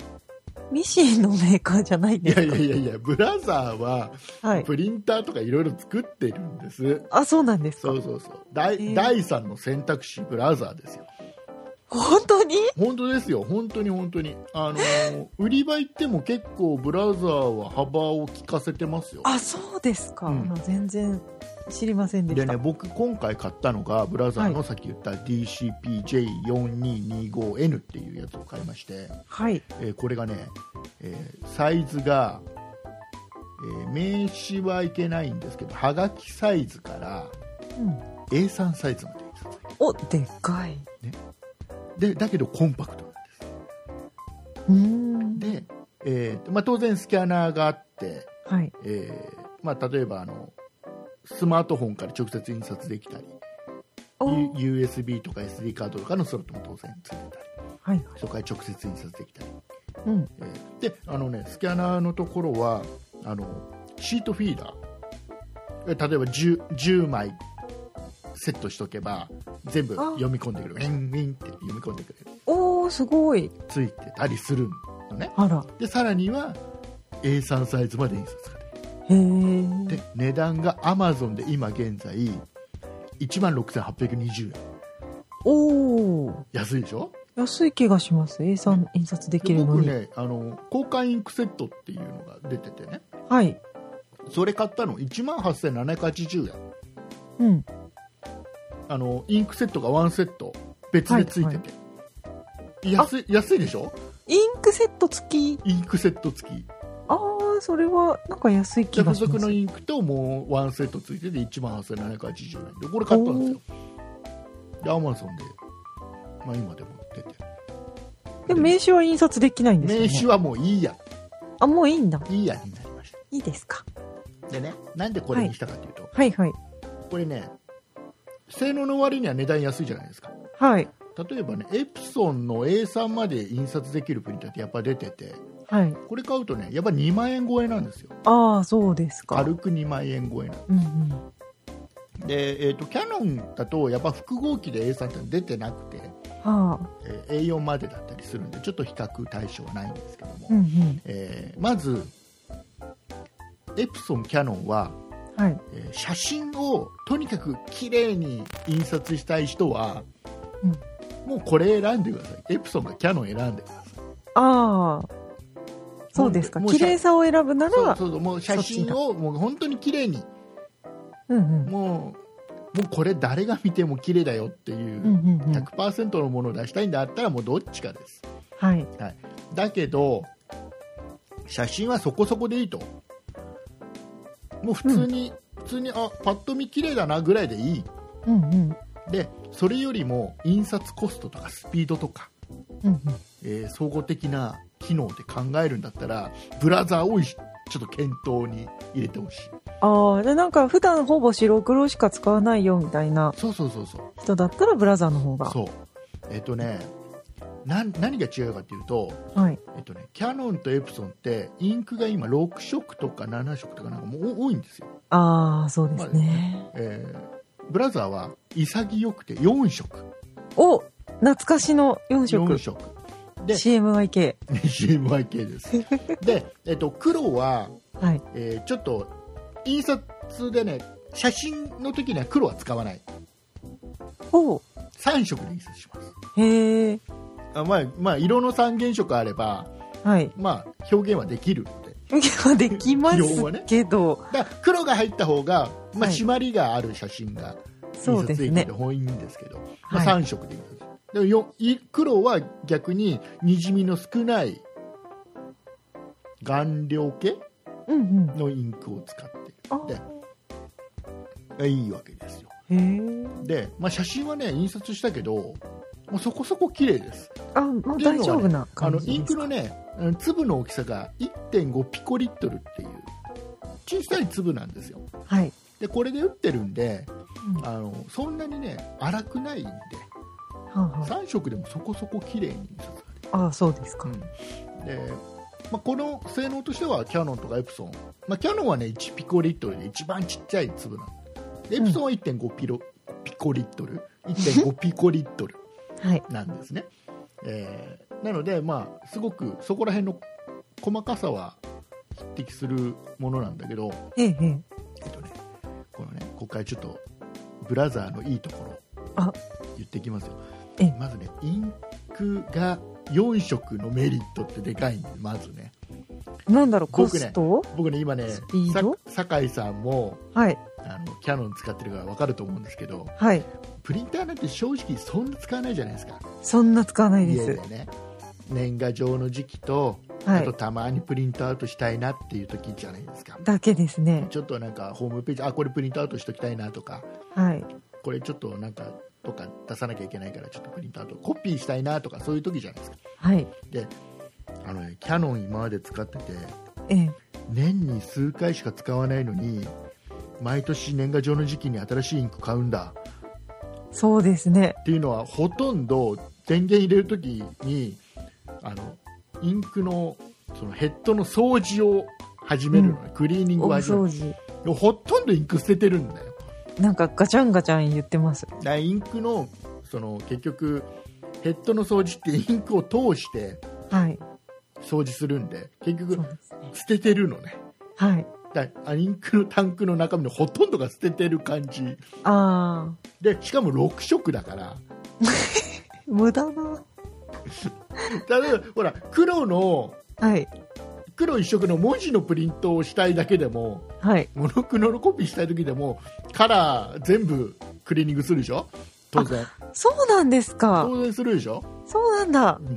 C: ミシンのメーカーじゃないん
B: い
C: です
B: や
C: か
B: いやいやいやブラザーは
C: はい。
B: プリンターとかいろいろ作ってるんです、
C: あ、そうなんですか
B: そうそうそう第,、
C: へー
B: 第3の選択肢ブラザーですよ
C: 本当に
B: 本当ですよ本当に本当にあのー売り場行っても結構ブラザーは幅を利かせてますよ
C: あ、そうですか。
B: うん
C: あ全然知りませんで
B: で
C: し
B: ね
C: た。
B: 僕今回買ったのがブラザーの
C: は
B: さっき言った DCPJ4225N っていうやつを買いまして、
C: はい。
B: えーこれがね、えーサイズが、えー名刺はいけないんですけどはがきサイズから
C: うん。
B: A3 サイズまで印刷でき
C: お、でかい。
B: るでだけどコンパクトなんです
C: うーん。
B: で、えーまあ、当然スキャナーがあって、
C: はい。
B: えーまあ、例えばあのスマートフォンから直接印刷できたり
C: お、はい
B: U- USB とか SD カードとかのスロットも当然ついてたり
C: はい。
B: そこから直接印刷できたり、
C: うん。
B: えーであのねスキャナーのところはあのシートフィーダーえ例えば 10, 10枚セットしとけば全部
C: あ
B: 読み込んでくれるウィンウィンって読み込んでくれる
C: おー、すごい。
B: ついてたりするのね
C: あら。
B: でさらには A3 サイズまで印刷ができ
C: へー。
B: るで値段が Amazon で今現在1万6820円
C: おー。
B: 安いでしょ
C: 安い気がします。A さん印刷でき
B: で
C: るの
B: 僕
C: に。
B: ねあの交換インクセットっていうのが出ててね
C: はい。
B: それ買ったの1万8780円
C: うん。
B: あのインクセットがワンセット別でついてて、安い安いでしょ
C: インクセット付き。
B: インクセット付き
C: あー、それは、なんか安い気
B: 付
C: がし
B: 属
C: ま
B: の
C: す。
B: インクともうワンセット付いてて1万8780円でこれ買ったんですよでアマゾンで、まあ、今でも売ってて
C: で、名刺は印刷できないんですよ、ね。
B: 名刺はもういいや
C: あ、もういいんだ。
B: いいやになりまし
C: いいですか。
B: たでねなんでこれにしたかというと、
C: はいはい。
B: これね性能の割には値段安いじゃないですか
C: はい。
B: 例えばねエプソンの A3 まで印刷できるプリンターってやっぱ出てて
C: はい。
B: これ買うとねやっぱ2万円超えなんですよ
C: ああ、そうですか。
B: 軽く2万円超えな
C: うんうん。
B: ので、えー、とキャノンだとやっぱ複合機で A3 って出てなくて、
C: はあ。
B: えー A4 までだったりするんでちょっと比較対象はないんですけども、
C: うんうん。
B: えーまずエプソンキャノンは、
C: はい。
B: えー写真をとにかく綺麗に印刷したい人は、
C: うん
B: もうこれ選んでくださいエプソンかキャノン選んでください
C: ああ。そうですか。
B: もう
C: 綺麗さを選ぶな
B: そう
C: ら、
B: そうそうもう写真をもう本当に綺麗に
C: うんうん。
B: もうもうこれ誰が見ても綺麗だよっていう
C: うん
B: う
C: うんうん。
B: 100%のものを出したいんだったらもうどっちかです
C: はい。
B: だけど写真はそこそこでいいともう普通に、普通にあパッと見綺麗だなぐらいでいい
C: うんうん。
B: でそれよりも印刷コストとかスピードとか、
C: うん
B: えー総合的な機能で考えるんだったらブラザーをいちょっと検討に入れてほしい
C: うん。ああ、で、なんか普段ほぼ白黒しか使わないよみたいな
B: そうそうそうそう
C: 人だったらブラザーの方が。
B: そうえっ、とねなん何が違うかっていうと、
C: はい。
B: えっとね、キヤノンとエプソンってインクが今6色とか7色とかなんかもう多いんですよ
C: ああ、そうですね。
B: えーブラザーは潔くて4色
C: お懐かしの4色
B: 4。色で
C: CM がいけ。
B: CMYK です で、えっと黒は、
C: はい。
B: えーちょっと印刷でね写真の時には黒は使わない
C: お
B: 3色で印刷します
C: へえ。
B: あ、まあまあ、色の三原色あれば、
C: はい。
B: まあ、表現はできるので
C: まあできますけど、
B: だから黒が入った方が、まあ、
C: はい
B: 締まりがある写真が
C: そ
B: 印
C: うで
B: 刷
C: す
B: でき
C: ね
B: て。本いいんですけど、まあ、
C: は
B: 3色でいいです、でもよい黒は逆ににじみの少ない顔料系
C: い。うんうん。
B: のインクを使って
C: あ
B: るいいわけですよ
C: へえ。
B: で、まあ、写真はね印刷したけどもうそこそこ綺麗です
C: あ、まあ
B: っていうのはね
C: 大丈夫な
B: あ
C: 感
B: の
C: じ
B: イン
C: です
B: クの
C: か。
B: ねあの粒の大きさが1.5ピコリットルっていう小さい粒なんですよ
C: はい。
B: でこれで打ってるんで
C: うんは
B: あのそんなにね粗くないんで
C: あは
B: 3色でもそこそこ綺麗に印刷が
C: ああ、そうですか。
B: で、まあ、この性能としてはキヤノンとかエプソン、まあ、キヤノンは、ね、1ピコリットルで一番ちっちゃい粒なんでエプソンは1.5ピロ、ピコリットル1.5ピコリットル
C: はい。
B: なんですね、えーなので、まあ、すごくそこら辺の細かさは匹敵するものなんだけど、
C: ええええ。
B: えっとね、このねここからちょっとブラザーのいいところ
C: あ
B: 言ってきますよ
C: ええ
B: まずねインクが4色のメリットってでかいんでまずね
C: なんだろう、コ
B: 僕ね
C: スト
B: 僕ね今ね
C: スピード
B: さ酒井さんも
C: はい。
B: あのキヤノン使ってるから分かると思うんですけど
C: はい。
B: プリンターなんて正直そんな使わないじゃないですか
C: そんな使わないで。
B: 家ですね年賀状の時期と、
C: は
B: あと
C: い。
B: たまにプリントアウトしたいなっていう時じゃないですか
C: だけですね。
B: ちょっとなんかホームページあこれプリントアウトしときたいなとか
C: はい。
B: これちょっとなんかとか出さなきゃいけないからちょっとプリントアウトコピーしたいなとかそういう時じゃないですか
C: はい。
B: あの、ね、キヤノン今まで使ってて
C: ええ。
B: 年に数回しか使わないのに毎年年賀状の時期に新しいインク買うんだ
C: そうですね。
B: っていうのはほとんど電源入れる時にあのインクのそのヘッドの掃除を始めるのね、クリーニング
C: お
B: を始め
C: 掃
B: る
C: 除。
B: でほとんどインク捨ててるんだよ
C: なんかガチャンガチャン言ってます。
B: だからインクのその結局ヘッドの掃除ってインクを通して
C: はい。
B: 掃除するんで結
C: そ
B: 局
C: うですね。
B: 捨ててるのね
C: はい。
B: だからインクのタンクの中身のほとんどが捨ててる感じ
C: あ
B: でしかも6色だから
C: あ、無駄な。
B: 例えばほら黒の
C: はい。
B: 黒一色の文字のプリントをしたいだけでも
C: はい。
B: モノクロのコピーしたい時でもカラー全部クリーニングするでしょ当然
C: そうなんですか。
B: 当然するでしょ
C: そうなんだ
B: うん。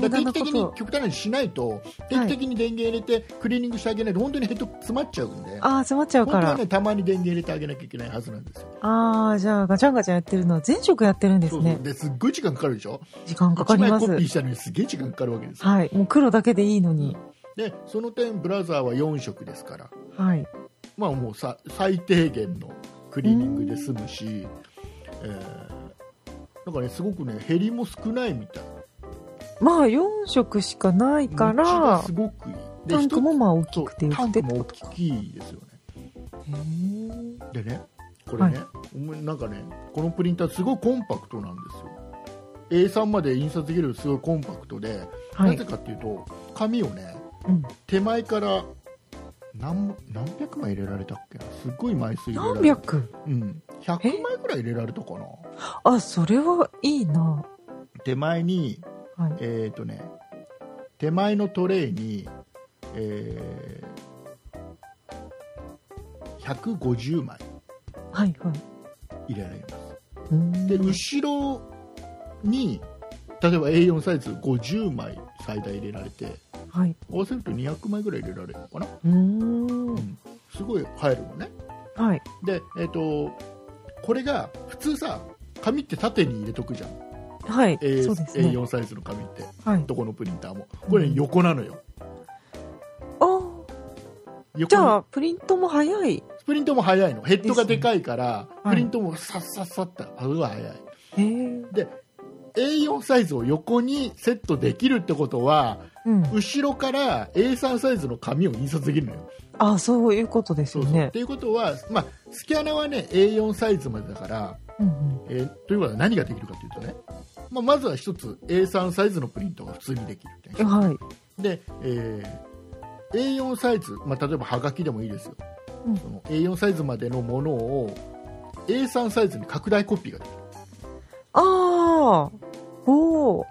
C: 無
B: だから
C: 駄な
B: 定期
C: こ
B: 的に
C: と。
B: 極端にしないと定期的に電源入れてクリーニングしてあげないと本当にヘッド詰まっちゃうんで
C: ああ、詰まっちゃう
B: 本当
C: か
B: は
C: ら。
B: ねたまに電源入れてあげなきゃいけないはずなんですよ
C: ああ、じゃあガチャンガチャンやってるのは全職やってるんです
B: そう
C: ね
B: そう。ですっごい時間かかるでしょ
C: 時間かかりま
B: 1枚コピー
C: す。
B: したのにすげえ時間かかるわけですよ、
C: はい。もう黒だけでいいのに。
B: でその点ブラザーは4色ですから、
C: はい。
B: まあ、もうさ最低限のクリーニングで済むし、えーなんかねすごくね減りも少ないみたい
C: まあ4色しかないか
B: 道が
C: ら
B: す、ごくいいで
C: タンクもまあ大
B: 一つそ
C: き
B: う
C: くて
B: タ
C: よ
B: ン
C: く
B: ク
C: て。
B: も大きいですよね
C: へー
B: でねこれね、お前なんかねこのプリンターすごいコンパクトなんですよ A3 まで印刷できるすごいコンパクトで、
C: は
B: ないぜ。かっていうと紙をね
C: うん
B: 手前から何何百枚入れられたっけなすっごい枚数入れら
C: 何
B: れた、
C: 百
B: うん、100枚ぐらい入れられたかな
C: あ、それはいいな。
B: 手前に
C: はい。
B: えっ、とね手前のトレイにえー150枚
C: はいはい。
B: 入れられます
C: うーん
B: で後ろに例えば A4 サイズ50枚最大入れられて
C: はい。
B: 合わせると200枚ぐらい入れられるのかな
C: うーん。
B: すごい入るのね
C: はい。
B: でえっ、とこれが普通さ紙って縦に入れとくじゃん、
C: はい。
B: A
C: そうですね。
B: 4サイズの紙って
C: はい。
B: どこのプリンターもこれ横なのよ、
C: ああ、
B: 横
C: じゃあ、プリントも早い。
B: プリントも早いのヘッドがでかいから、
C: はい
B: プリントもさっさっさってあうわ早い
C: へえ。
B: で A4 サイズを横にセットできるってことは
C: うん。
B: 後ろから A3 サイズの紙を印刷できるのよ。
C: あそういうことです
B: そ
C: よ
B: うそうっ
C: ね。
B: ていうことは、まあ、スキャナは、ね、A4 サイズまでだから、
C: うん
B: えーということは何ができるかというとね、まあ、まずは一つ A3 サイズのプリントが普通にできるってね
C: うん。はい。
B: で、えー A4 サイズ、まあ、例えばはがきでもいいですよ、
C: うん
B: その A4 サイズまでのものを A3 サイズに拡大コピーができ
C: ああ、おお、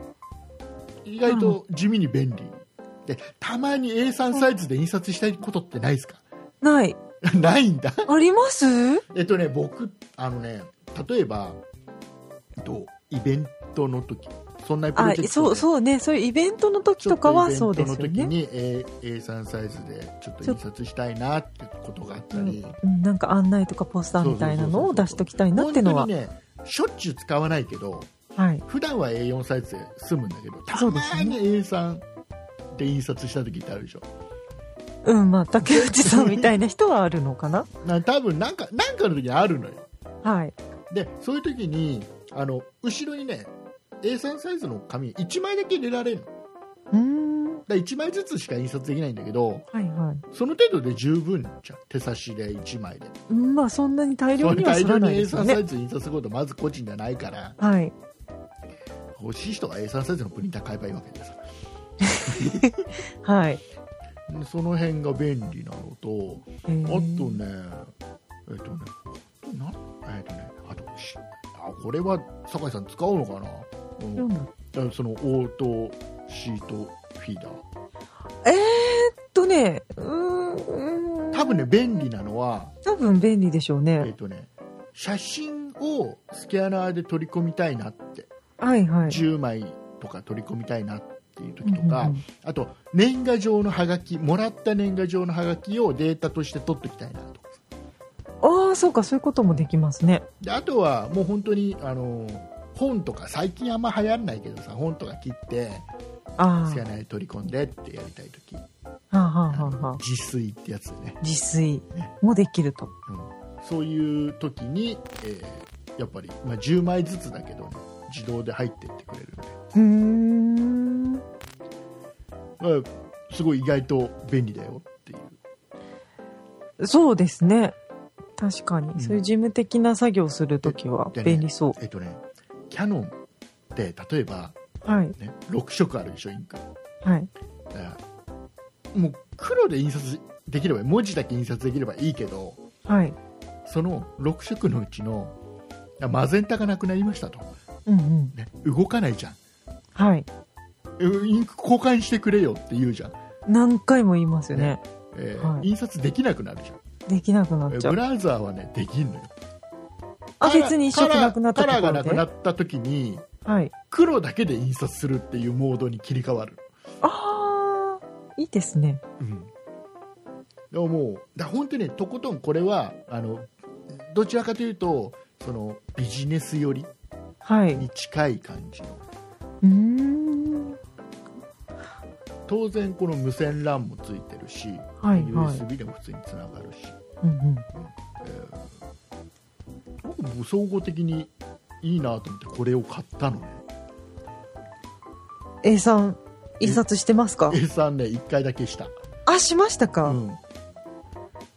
B: る意外と地味に便利でたまに A3 サイズで印刷したいことってないですか
C: ない。
B: ないんだ
C: あります
B: えっとね、僕、あのね、例えば、えっと、イベントの時そんなプロ
C: あ
B: ジェクト、で
C: そう、そうね。そういうイベントの時とかはそうですよ
B: ちょっとイベントの時
C: ね。
B: に、えー A3 サイズでちょっと印刷したいなってことがあったり、
C: うん、なんか案内とかポスターみたいなのを出しときたいなってのは
B: 本当。にね、しょっちゅう使わないけど、
C: はい。
B: 普段は A4 サイズで済むんだけど、た
C: そうです
B: ま
C: ね
B: に A3 で印刷した時ってあるでしょ。
C: うん、まあ、竹内さんみたいな人はある のかな
B: な多分なんか、なんかの時にあるのよ。
C: はい。
B: でそういう時にあの後ろにね A3 サイズの紙1枚だけ入れられるのだか
C: うーん。
B: ら1枚ずつしか印刷できないんだけど
C: はいは
B: その程度で十分じゃん手差しで1枚で
C: い。うんまあ、そんなに大量
B: それ
C: には
B: 大
C: す
B: 量
C: ら
B: に
C: ないですよ
B: A3 サ
C: ね。
B: イズ印刷することはまず個人じゃないから
C: はい。
B: 欲しい人は A3 サイズのプリンター買えばいいわけです
C: はい。
B: でその辺が便利なのと
C: えー
B: あとねえっとねなえっとねあとしあこれは酒井さん使うのかな、うん
C: どうなん
B: あそのオートシートフィーダー
C: えーっとね、うーん。
B: 多分ね、便利なのは、
C: 多分便利でしょう
B: え
C: ね
B: ー。とね、写真をスキャナーで取り込みたいなって、
C: はいはい。
B: 10枚とか取り込みたいなっていう時と
C: うん
B: か
C: うんうん、
B: あと年賀状のハガキもらった年賀状のハガキをデータとして取っておきたいなとか
C: ああ、そうか、そういうこともできますね。
B: であとはもう本当にあの本とか最近あんま流行んないけどさ本とか切って
C: あ
B: スキャナーで取り込んでってやりたい時
C: あ、はあ
B: あ
C: はあはあは
B: の
C: あ。
B: 自炊ってやつでね、
C: 自炊もできると。
B: うんそういう時に、えーやっぱり、まあ、10枚ずつだけどね自動で入ってってくれるんで
C: うーん。
B: うんすごい意外と便利だよっていう
C: そうですね。確かに。
B: ん
C: そういう事務的な作業をするときは
B: でね
C: 便利そう。
B: えっとねキャノンって例えば、
C: はい。
B: ね、6色あるでしょインク
C: はい。
B: だからもう黒で印刷できれば文字だけ印刷できればいいけど
C: はい。
B: その6色のうちのあマゼンタがなくなりましたと、
C: うんうん。
B: ね、動かないじゃん
C: はい。
B: うんインク交換してくれよって言うじゃん、
C: 何回も言いますよね。
B: えー
C: はい
B: 印刷できなくなるじゃん
C: できなくなっちゃ
B: ブ
C: う。
B: ラウザーはねできんのよカ
C: あ、
B: ラー
C: 別に一色なくなったと
B: カラー
C: こ
B: が
C: ろ
B: なく
C: で
B: な。った時に
C: はい。
B: 黒だけで印刷するっていうモードに切り替わる、
C: ああ、いいですね。
B: うん、でももうだ本当にねとことんこれはあのどちらかというとそのビジネス寄り
C: はい。う
B: に近い感じの
C: ーん。
B: 当然この無線 LAN もついてるし、
C: はいはい
B: USB でも普通につながるし、
C: うんうん。
B: 僕も総合的にいいなと思ってこれを買ったのね
C: A さん、印刷してますか
B: A さんね1回だけした
C: あ、しましたか、
B: うん、だか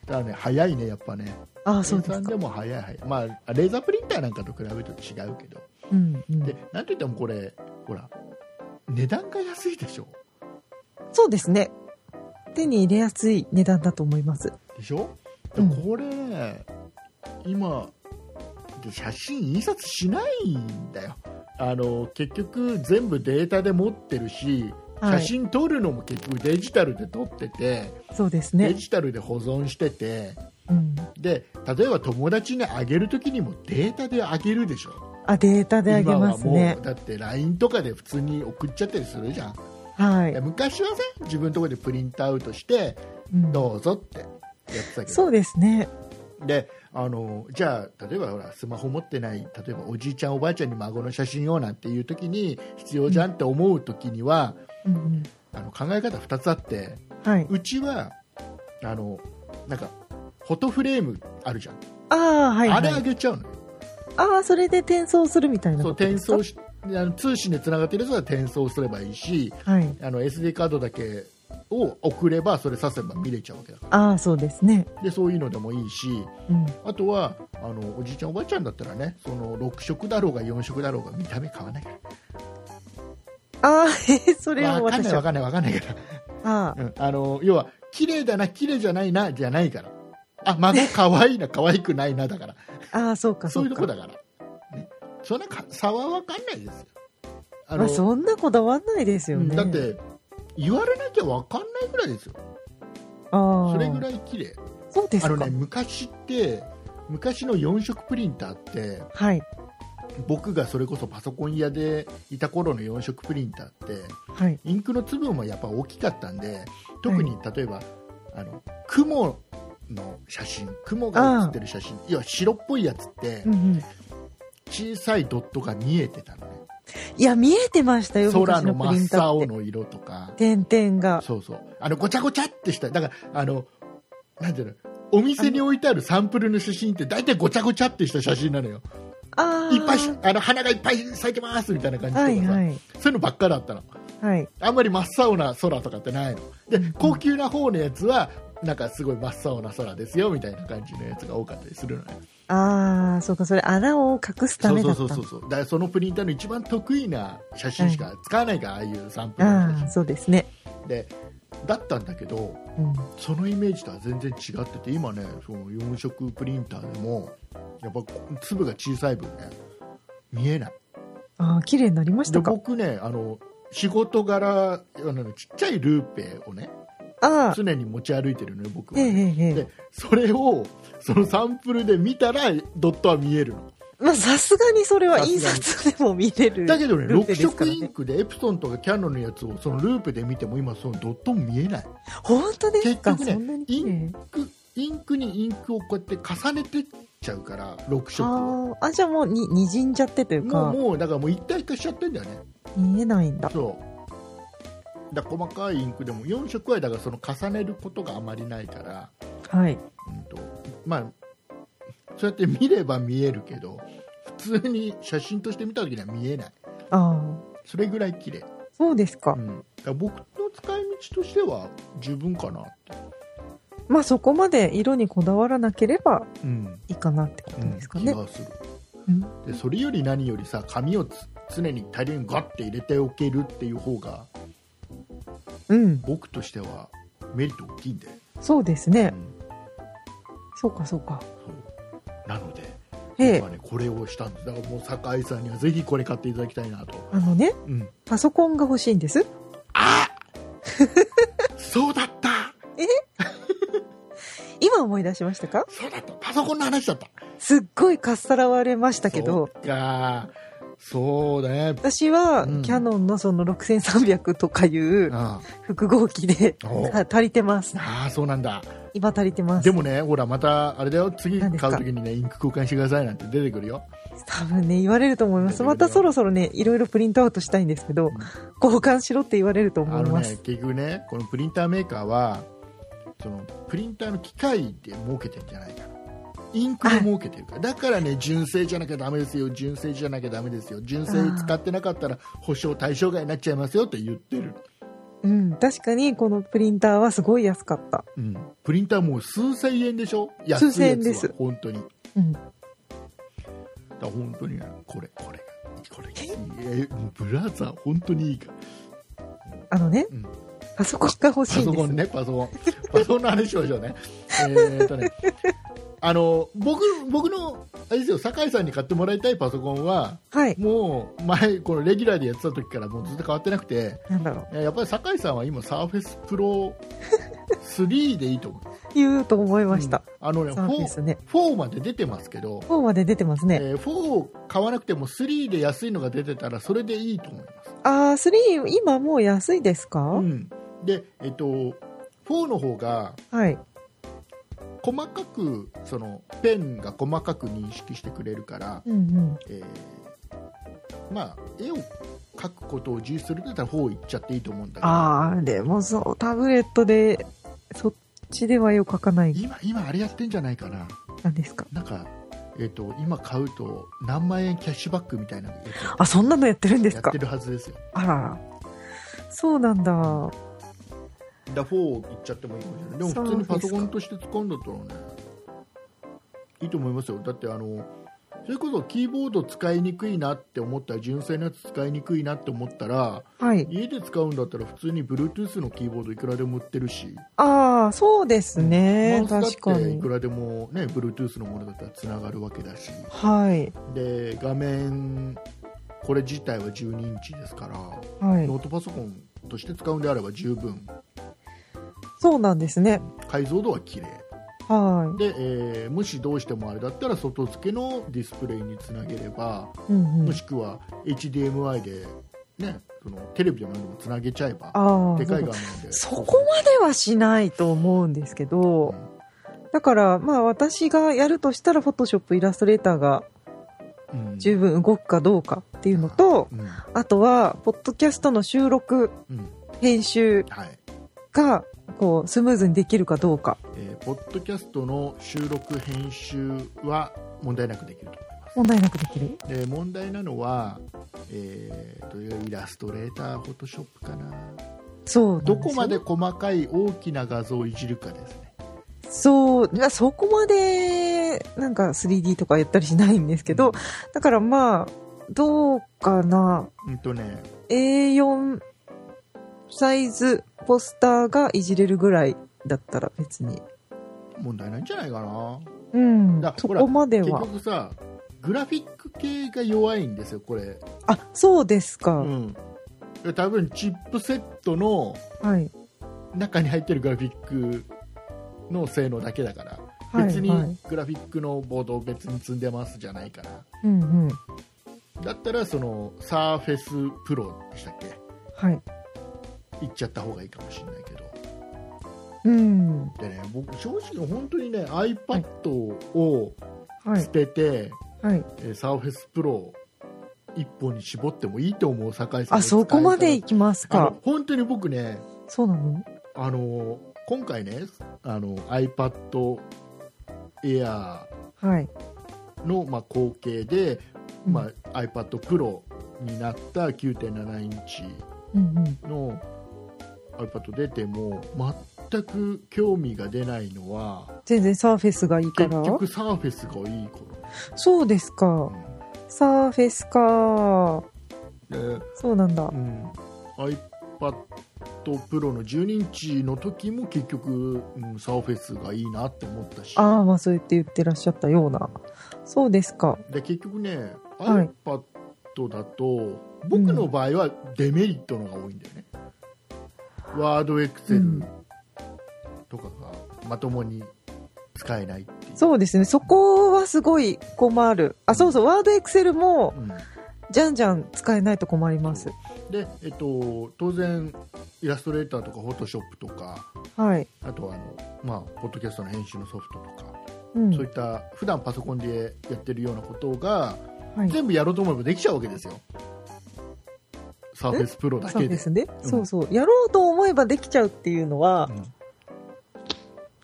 B: らね早いねやっぱね
C: あ、そうで
B: 計
C: す
B: ん
C: か
B: で。も早い早い、まあ、レーザープリンターなんかと比べると違うけど
C: うんうん
B: でなんといってもこれほら値段が安いでしょ
C: そうですね。手に入れやすい値段だと思います。
B: でしょで
C: うん
B: これ、ね今で写真印刷しないんだよあの結局全部データで持ってるし写真撮るのも結局デジタルで撮ってて、
C: そうです
B: デ
C: ね。
B: ジタルで保存してて
C: うん。
B: で例えば友達にあげるときにもデータであげるでしょ
C: あ、データであげます
B: 今は
C: ね
B: もう。だって LINE とかで普通に送っちゃったりするじゃん
C: はい
B: いや。昔はさ自分のところでプリントアウトして
C: うん
B: どうぞってやってたけ
C: そ
B: ど
C: うですね。
B: であのじゃあ例えばほらスマホ持ってない例えばおじいちゃんおばあちゃんに孫の写真をなんていう時に必要じゃんって思う時には、
C: うんうん。
B: あの考え方2つあって
C: はい。
B: うちはあのなんかフォトフレームあるじゃん、
C: ああ、はい、はい。
B: あれあげちゃうのよ
C: ああ、それで転送するみたいな
B: そう
C: こと
B: 転
C: ですか
B: 送しあの通信でつながってるやつは転送すればいいし
C: はい。
B: あの SD カードだけを送ればそれさせば見れちゃうわけだか
C: ああ、そうですね。
B: らでそういうのでもいいし
C: うん。
B: あとはあのおじいちゃんおばあちゃんだったらねその6色だろうが4色だろうが見た目変わらないか
C: ああ、え それ
B: ら
C: を
B: わかんな
C: 私
B: いわ
C: は。
B: かんないわかんないから、
C: あ
B: うん、あの要は綺麗だな綺麗じゃないなじゃないからあ孫可愛いな可愛くないなだから
C: あ、ああ、そうか、
B: そう
C: そ
B: いううと
C: か。
B: こだから、ね、そんなか差は分かんないですよあ
C: まあ、そんなこだわんないですよね。
B: だっ、て言われなきゃ分かんないぐらいですよ
C: ああ、
B: それぐらい綺麗
C: そうです
B: あ
C: か。
B: のね昔って昔の4色プリンターって
C: はい、
B: 僕がそれこそパソコン屋でいた頃の4色プリンターって
C: はい、
B: インクの粒もやっぱ大きかったんで特に例えば、あの雲の写真雲が写ってる写真要は白っぽいやつって
C: うんうん。
B: 小さいドットが見えてたのね
C: いや、見えてましたよ、
B: 空
C: 昔
B: の
C: のプリ
B: 真
C: ン
B: っ
C: ター
B: 青
C: って。
B: の色とか
C: 点々が。
B: そうそうあのごちゃごちゃってしただからあのなんていうのお店に置いてあるサンプルの写真って大体ごちゃごちゃってした写真なのよ
C: ああ。
B: いっぱいしあの花がいっぱい咲いてますみたいな感じとか
C: は
B: さ、
C: い、はい、
B: そういうのばっかだったの
C: はい。
B: あんまり真っ青な空とかってないので高級な方のやつはなんかすごい真っ青な空ですよみたいな感じのやつが多かったりするのね
C: ああ、そうか、それ穴を隠すた
B: そう
C: め
B: そう
C: だった
B: そ
C: の。
B: うそうそうだからそのプリンターの一番得意な写真しか使わないから、ああいうサンプルの
C: ああ、
B: 写
C: そうですね。
B: 真でだったんだけど
C: うん。
B: そのイメージとは全然違ってて今ねその4色プリンターでもやっぱ粒が小さい分ね見えない
C: ああ、綺麗になりまし
B: で
C: たか。
B: 僕ねあの仕事柄あのちっちゃいルーペをね
C: ああ、
B: 常に持ち歩いてるのよ僕は
C: ええ、
B: ね、
C: ええ、ええ
B: で。それをそのサンプルで見たらドットは見えるの
C: まあ、さすがにそれは
B: さすがに
C: 印刷でも見れる。
B: だけどね
C: ルーペ
B: 6
C: ですか
B: 色
C: ら
B: イン
C: ね。
B: クでエプソンとかキャノンのやつをそのループで見ても今そのドットも見えない
C: 本当ですか、
B: 結局ね
C: そんなに
B: イ
C: 綺
B: ン
C: 麗
B: クインクにインクをこうやって重ねてっちゃうから6色を
C: あああ、じゃあもうに、にじんじゃってという
B: も
C: か
B: う、もうだからもう一体化しちゃってんだよね
C: 見えないんだ。
B: そうだから細かいインクでも4色はだからその重ねることがあまりないから、
C: はい。
B: うんとまあ、そうやって見れば見えるけど普通に写真として見た時には見えない
C: ああ、
B: それぐらい綺麗、
C: そうですか。
B: うん、だから僕の使い道としては十分かなって、
C: まあ、そこまで色にこだわらなければ
B: うん
C: いいかなってことですか
B: 気
C: ね。
B: がする
C: うん
B: でそれより何よりさ紙をつ常に大量にガッて入れておけるっていう方が
C: うん、
B: 僕としてはメリット大きいんで、
C: そうです
B: う
C: ね。
B: ん、
C: そうか、そうか。
B: そうなので僕
C: ええ
B: は、ねこれをしたんですだからもう酒井さんにはぜひこれ買っていただきたいなと、
C: あのね、
B: うん、
C: パソコンが欲しいんです。
B: そうだった
C: 今思い出しましたか
B: そうだったパソコンの話だった
C: すっごいかっさらわれました
B: だ
C: けど、
B: そうかそうだね
C: 私は
B: うん
C: キャノンのその6300とか いう
B: あ
C: 複合機で
B: お
C: あ足りてます。
B: あーそうなんだ
C: 今足りてます。
B: でもねほらまたあれだよ次買
C: 何
B: う
C: ですか
B: 時にねインク交換してくださいなんて出てくるよ
C: 多分ね、言われると思います。またそろそろね、いろいろプリントアウトしたいんですけど、交換しろって言われると思
B: あ
C: い
B: の
C: ま
B: ね
C: す。
B: 結局ねこのプリンターメーカーはそのプリンターの機械で儲けてるんじゃないかなインクで儲けてるからだからね純正じゃなきゃダメですよ純正じゃなきゃダメですよ純正使ってなかったら保証対象外になっちゃいますよって言ってる、
C: うん、確かにこのプリンターはすごい安かった。
B: うん、プリンターもう数千円でしょ安いや
C: 数
B: つは
C: 千円です
B: 本当に
C: うん。
B: だから本当にねこれこれこれえもうブラザー本当にいいから
C: あのね、
B: うん
C: パソコンが欲し
B: パ
C: いん
B: ソ
C: で
B: コ
C: す。
B: ンねパソコンパソコンの話しましょうねえーっとねあの僕僕のあれですよ酒井さんに買ってもらいたいパソコンは
C: はい。
B: もう前このレギュラーでやってた時からもうずっと変わってなくて
C: なんだろ
B: い
C: う。
B: ややっぱり酒井さんは今サーフェスプロ3でいいと 思う
C: 言うと思いました。
B: うんあのね
C: そうですね。
B: 4まで出てますけど、
C: 4まで出てますね。
B: えー4買わなくても3で安いのが出てたらそれでいいと思います、
C: あー、3、今もう安いですか、
B: うん、でえっと4の方が
C: はい。
B: 細かくそのペンが細かく認識してくれるから、
C: うんうん。
B: えーまあ絵を描くことを重視するんだったら4いっちゃっていいと思うんだけど
C: あー、でもそう、タブレットで、そっちではよく書かない
B: 今今あれやってんじゃないかな
C: なんですか。
B: なんか、えっと今買うと何万円キャッシュバックみたいなのやつ
C: あ、そんなのやってるんです
B: や
C: か
B: ってるはずですよ
C: あらら。そうなんだ。
B: だ4いっちゃってもいいかもしれないでも
C: そう
B: 普通にパソコンとして使うんだったらねいいと思いますよだってあのそれこそキーボード使いにくいなって思ったら純正のやつ使いにくいなって思ったら
C: はい。
B: 家で使うんだったら普通に Bluetooth のキーボードいくらでも売ってるし、
C: ああ、そうですね。
B: マウス
C: 確
B: だ
C: か
B: ってい
C: に
B: く。らでも、ね、Bluetooth のものだったらつながるわけだし
C: はい。
B: で画面これ自体は12インチですから、
C: はい
B: ノ。ートパソコンとして使うんであれば十分
C: そうなんですね。
B: 解像度は綺麗
C: は
B: で、えーもしどうしてもあれだったら外付けのディスプレイにつなげれば、
C: い。うんう
B: も
C: ん。
B: しくは HDMI で、ね、そのテレビでも何でもつなげちゃえば
C: あ
B: でかい画
C: あ、そうか
B: 面で
C: そこまではしないと思うんですけど、だから、まあ私がやるとしたら、フォトショップ、イラストレーターが
B: うん
C: 十分動くかどうかっていうのと、
B: うん
C: あとは、ポッドキャストの収録、
B: うん
C: 編集
B: はい
C: が、こう、スムーズにできるかどうか、
B: えーポッドキャストの収録編集は問題なくできると思います
C: 問題なくできる
B: で問題なのは、えーとイラストレーターフォトショップかな
C: そうなんす
B: ど
C: よ
B: こまで細かい大きな画像をいじるかですね
C: そう、なそこまで、なんか 3D とかやったりしないんですけど、だからまあ、どうかな。
B: うんとね
C: A4 サイズポスターがいじれるぐらいだったら別に。
B: 問題ないんじゃないかな
C: うん
B: だ。
C: そ
B: ほら
C: こまで
B: 結
C: は。
B: 局さグラフィック系が弱いんですよこれ
C: あ、そうです
B: う
C: か。
B: ん多分チップセットの
C: はい。
B: 中に入ってるグラフィックの性能だけだから
C: はい
B: 別
C: はい
B: にグラフィックのボードを別に積んでますじゃないから
C: うんうん。
B: だったらそのサーフェスプロでしたっけ
C: はい。
B: 行っちゃった方がいいかもしれないけど
C: うん。
B: でね僕正直本当にね iPad を
C: は
B: 捨
C: い。
B: てて、
C: はい。
B: えーサーフェスプロ一本に絞ってもいいと思う酒井さん
C: あ、
B: の使い方
C: そこまで行きます
B: あ
C: か
B: の。本当に僕ね
C: そうなの
B: あの今回ねあの iPad Air
C: はい。
B: の、まあ、後継で、
C: うん
B: まあ、iPad Pro になった9.7インチ
C: うんうん。
B: の iPad 出ても全く興味が出ないのは
C: 全然サーフェスがいいか
B: 結
C: ら。
B: 局 Surface がいい頃、
C: そうですか。サーフェスか。
B: うんで
C: そうなんだ
B: う。ん、iPad Pro の12インチの時も結局、うん、Surface がいいなって思ったし
C: ああ、まあそうやって言ってらっしゃったような。そうですか。
B: で結局ね、
C: はい
B: iPad だと僕の場合はデメリットのが多いんだよね、ワードエクセ
C: う
B: ル
C: ん
B: とかがまともに使えないっていう
C: そうですね。そこはすごい困る。あ、そうそう。ワードエクセルも、
B: うん
C: じゃんじゃん使えないと困ります。
B: で、えっと、当然イラストレーターとかフォトショップとか
C: はい。
B: あとはあの、まあ、ポッドキャストの編集のソフトとか、
C: うん。
B: そういった普段パソコンでやってるようなことが
C: はい。
B: 全部やろうと思えばできちゃうわけですよサーフェスプロだ
C: そう
B: けで
C: ですね。
B: うん
C: そうそう。やろうと思えばできちゃうっていうのは、
B: うん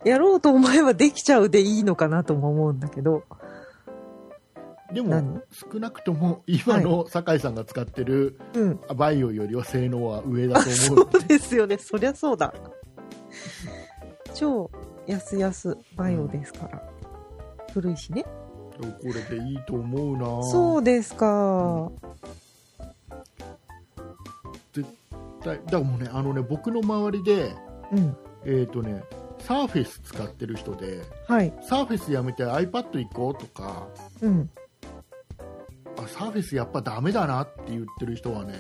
C: やろうと思えばできちゃうでいいのかなとも思うんだけど。
B: でも
C: 何
B: 少なくとも今の酒井さんが使ってる
C: うん。
B: バイオよりは性能は上だ
C: あ、
B: と
C: そ
B: 思う
C: うですよね。そりゃそうだ。超安安バイオですから。古いしね。
B: これでいいと思うな
C: そうですか。
B: だだからもうねあのね僕の周りで
C: うん。
B: えっ、とねサーフェス使ってる人で
C: はい。
B: サーフェスやめて iPad 行こうとか
C: うん。
B: あサーフェスやっぱダメだなって言ってる人はね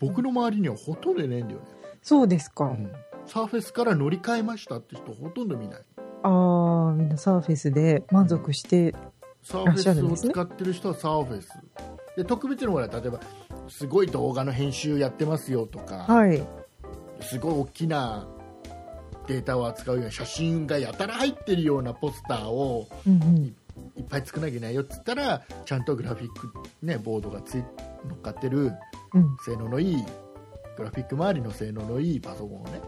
B: 僕の周りにはほとんどいないんだよね、
C: そうですか。
B: うんサーフェスから乗り換えましたって人ほとんど見ない
C: ああ、みんなサーフェスで満足して、
B: サーフェスを使ってる人はサーフェスで特別なものは例えばすごい動画の編集やってますよとか、
C: はい。
B: すごい大きなデータを扱うような写真がやたら入ってるようなポスターを
C: うんうん。
B: いっぱい作らなきゃいけないよっつったらちゃんとグラフィック、ね、ボードがつい乗っかってる
C: うん
B: 性能のいいグラフィック周りの性能のいいパソコンをね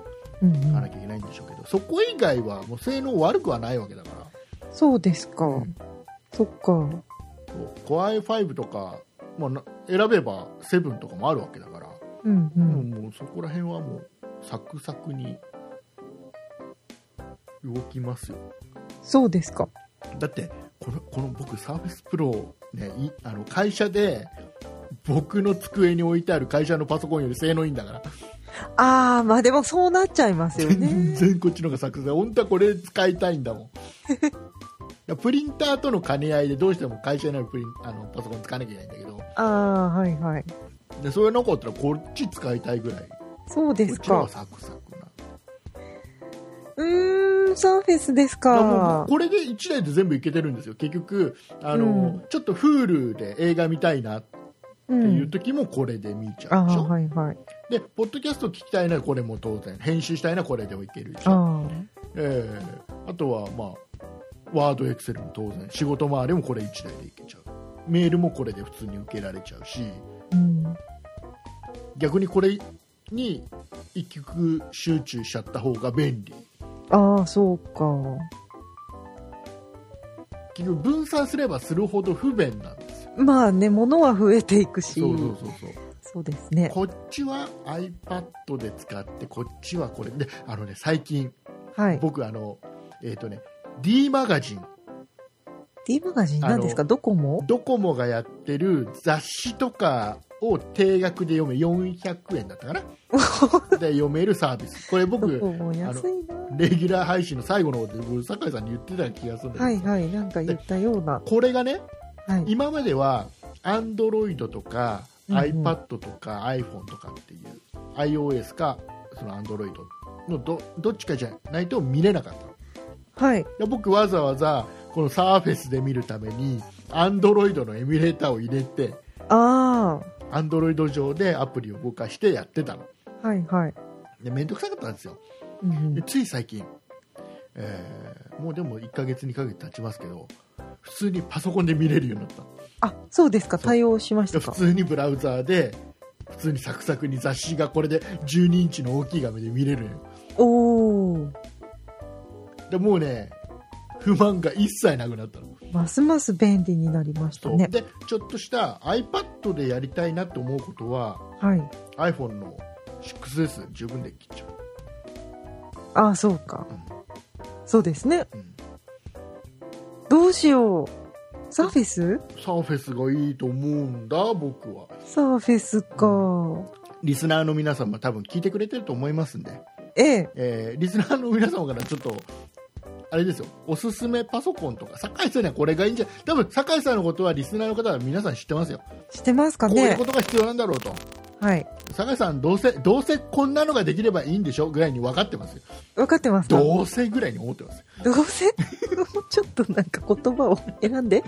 C: うん
B: 買
C: う
B: わ
C: ん
B: なきゃいけないんでしょうけどそこ以外はもう性能悪くはないわけだから
C: そうですか。
B: うん
C: そっか。
B: そう Core i5 とか、まあな、選べば7とかもあるわけだから、
C: うんう。
B: もうんもうそこら辺はもうサクサクに動きますよ
C: そうですか。
B: だってこのこの僕サーフェスプロねいあの会社で僕の机に置いてある会社のパソコンより性能いいんだから
C: ああ、まあでもそうなっちゃいますよ
B: 全
C: ね。
B: 然こっちの方がサクサク本当はこれ使いたいんだもんいやプリンターとの兼ね合いでどうしても会社にあるプリンあのパソコン使わなきゃいけないんだけど
C: ああ、はいはい。
B: でそれなかったらこっち使いたいぐらいこ
C: そうで
B: っ
C: す
B: ちの方が
C: か。
B: サクサクな
C: うーん、サーフェスです
B: だからもう
C: か。
B: これで1台で全部いけてるんですよ結局あの、
C: うん
B: ちょっと Hulu で映画見たいなって
C: う。
B: いうん時もこれで見ち
C: あ
B: ゃうでし
C: あ、
B: ょ、
C: はいはい。
B: でポッドキャスト聞きたいならこれも当然編集したいならこれでもいけるでし
C: あ
B: ょ
C: あ。
B: ええあとはまあワードエクセルも当然仕事回りもこれ1台でいけちゃうメールもこれで普通に受けられちゃうし
C: うん。
B: 逆にこれに一曲集中しちゃった方が便利
C: ああ、そうか。
B: 結局分散すればするほど不便なんですよ
C: まあね、物は増えていくし。
B: そうそうそうそう
C: そうですね。
B: こっちは iPad で使ってこっちはこれであのね最近
C: はい。
B: 僕あのえっ、とね D マガジン
C: D マガジン
B: あの
C: 何ですかドコモ
B: ドコモがやってる雑誌とかを定額で読め400円だったかな で読めるサービスこれ
C: ドコ
B: 僕
C: モ安いな。
B: レギュラー配信の最後の方で僕酒井さんに言ってた気がするんだけど、
C: はいはい。なんか言ったような。
B: これがね
C: はい。
B: 今までは Android とか
C: うんうん
B: iPad とか iPhone とかっていう、iOS かその Android のどどっちかじゃないと見れなかった
C: はい。
B: で僕わざわざこのサーフェスで見るために Android のエミュレーターを入れて
C: あ
B: Android 上でアプリを動かしてやってたの
C: あ。はいはい。
B: で面倒くさかったんですよ
C: うんうん
B: でつい最近、えーもうでも1ヶ月2ヶ月経ちますけど普通にパソコンで見れるようになった
C: あ、そうですか。
B: そう
C: 対応しまし
B: で普
C: たか。
B: 通にブラウザーで普通にサクサクに雑誌がこれで12インチの大きい画面で見れるのよ
C: おお。
B: でもうね不満が一切なくなったの
C: ますます便利になりました
B: そう
C: ね。
B: でちょっとした iPad でやりたいなと思うことは
C: はい。
B: iPhone の 6S 十分で切っちゃう、
C: ああ、そうか。そうですね。
B: うん、
C: どうしよう。サーフェス
B: サーフェスがいいと思うんだ僕は
C: サーフェスか。
B: リスナーの皆さんも多分聞いてくれてると思いますんで、
C: ええ。
B: えーリスナーの皆様からちょっとあれですよおすすめパソコンとか酒井さんにはこれがいいんじゃ多分酒井さんのことはリスナーの方は皆さん知ってますよ
C: してますか
B: こういう
C: ね
B: ことが必要なんだろうと
C: はい。
B: 酒井さんどうせどうせこんなのができればいいんでしょぐらいに分かってますよ
C: わかってますか
B: どうせぐらいに思ってます
C: どうせ もうちょっとなんか言葉を選んで。